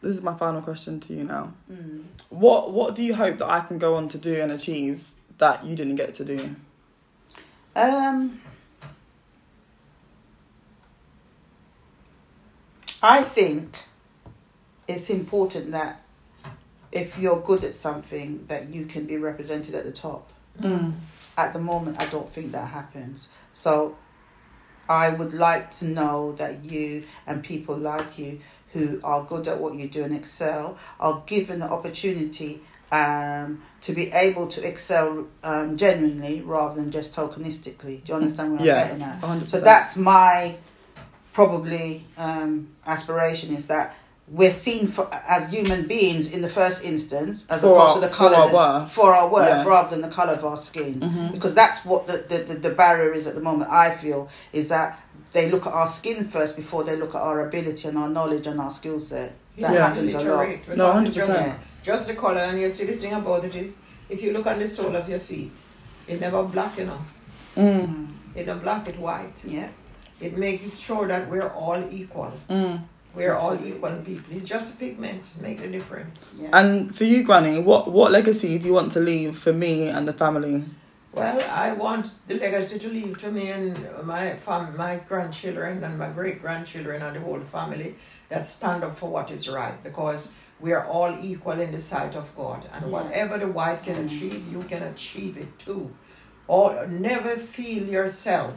B: this is my final question to you now.
D: Mm.
B: What What do you hope that I can go on to do and achieve that you didn't get to do?
D: Um, I think it's important that if you're good at something, that you can be represented at the top.
B: Mm.
D: At the moment, I don't think that happens. So, I would like to know that you and people like you who are good at what you do and excel are given the opportunity um, to be able to excel um, genuinely rather than just tokenistically. Do you understand what
B: Yeah,
D: I'm getting at?
B: 100%.
D: So that's my probably um, aspiration is that we're seen for, as human beings in the first instance as
B: For our-
D: opposed to the
B: for our
D: colour that's-
B: worth.
D: for our worth
B: Yeah. Mm-hmm.
D: rather than the colour of our skin because that's what the, the, the, the barrier is at the moment i feel is that they look at our skin first before they look at our ability and our knowledge and our skill set That
B: Yeah.
D: happens a lot.
C: Literate,
B: No,
C: because
B: 100%.
C: it's Just, just the color, and you see the thing about it is, if you look on the sole of your feet, it never black, you know.
B: Mm.
C: It don't black, it white.
D: Yeah.
C: It makes it sure that we're all equal.
B: Mm.
C: We're
D: Absolutely.
C: all equal people. It's just a pigment make the difference.
D: Yeah.
B: And for you, Granny, what, what legacy do you want to leave for me and the family?
C: Well, I want the legacy to leave to me and my fam- my grandchildren and my great grandchildren and the whole family that stand up for what is right because we are all equal in the sight of God. And whatever the white can achieve, you can achieve it too. Or never feel yourself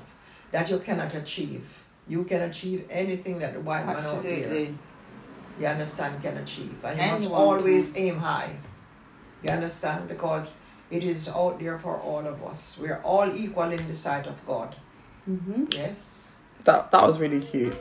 C: that you cannot achieve. You can achieve anything that the white man out there,
D: Absolutely.
C: you understand, can achieve. And you must
D: Anyone
C: always aim high. You understand? Because it is out there for all of us. We are all equal in the sight of God.
D: Mm-hmm.
C: Yes.
B: That, that was really cute.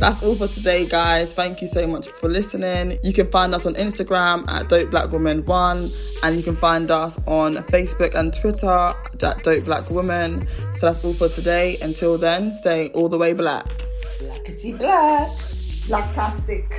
B: That's all for today, guys. Thank you so much for listening. You can find us on Instagram at Dope Black Woman One, and you can find us on Facebook and Twitter at Dope Black Woman. So that's all for today. Until then, stay all the way black.
D: Blackety black. Lactastic.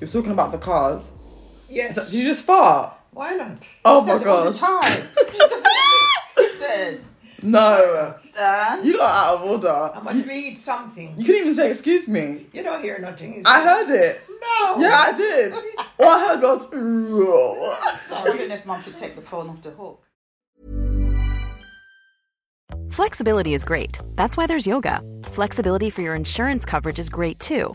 B: You're talking about the cars.
C: Yes.
B: Did you just fart?
C: Why not?
B: Oh
D: Does
B: my
D: it all the
B: gosh.
D: time. She does it- Listen,
B: No.
D: Dan.
B: You lot are out of
C: I
B: order.
C: must read something.
B: You couldn't even say excuse me.
C: You don't hear nothing. is
B: I
C: it?
B: heard it.
C: No.
B: Yeah, I did. All I heard was.
D: So I'm wondering if mum should take the phone off the hook.
F: Flexibility is great. That's why there's yoga. Flexibility for your insurance coverage is great too.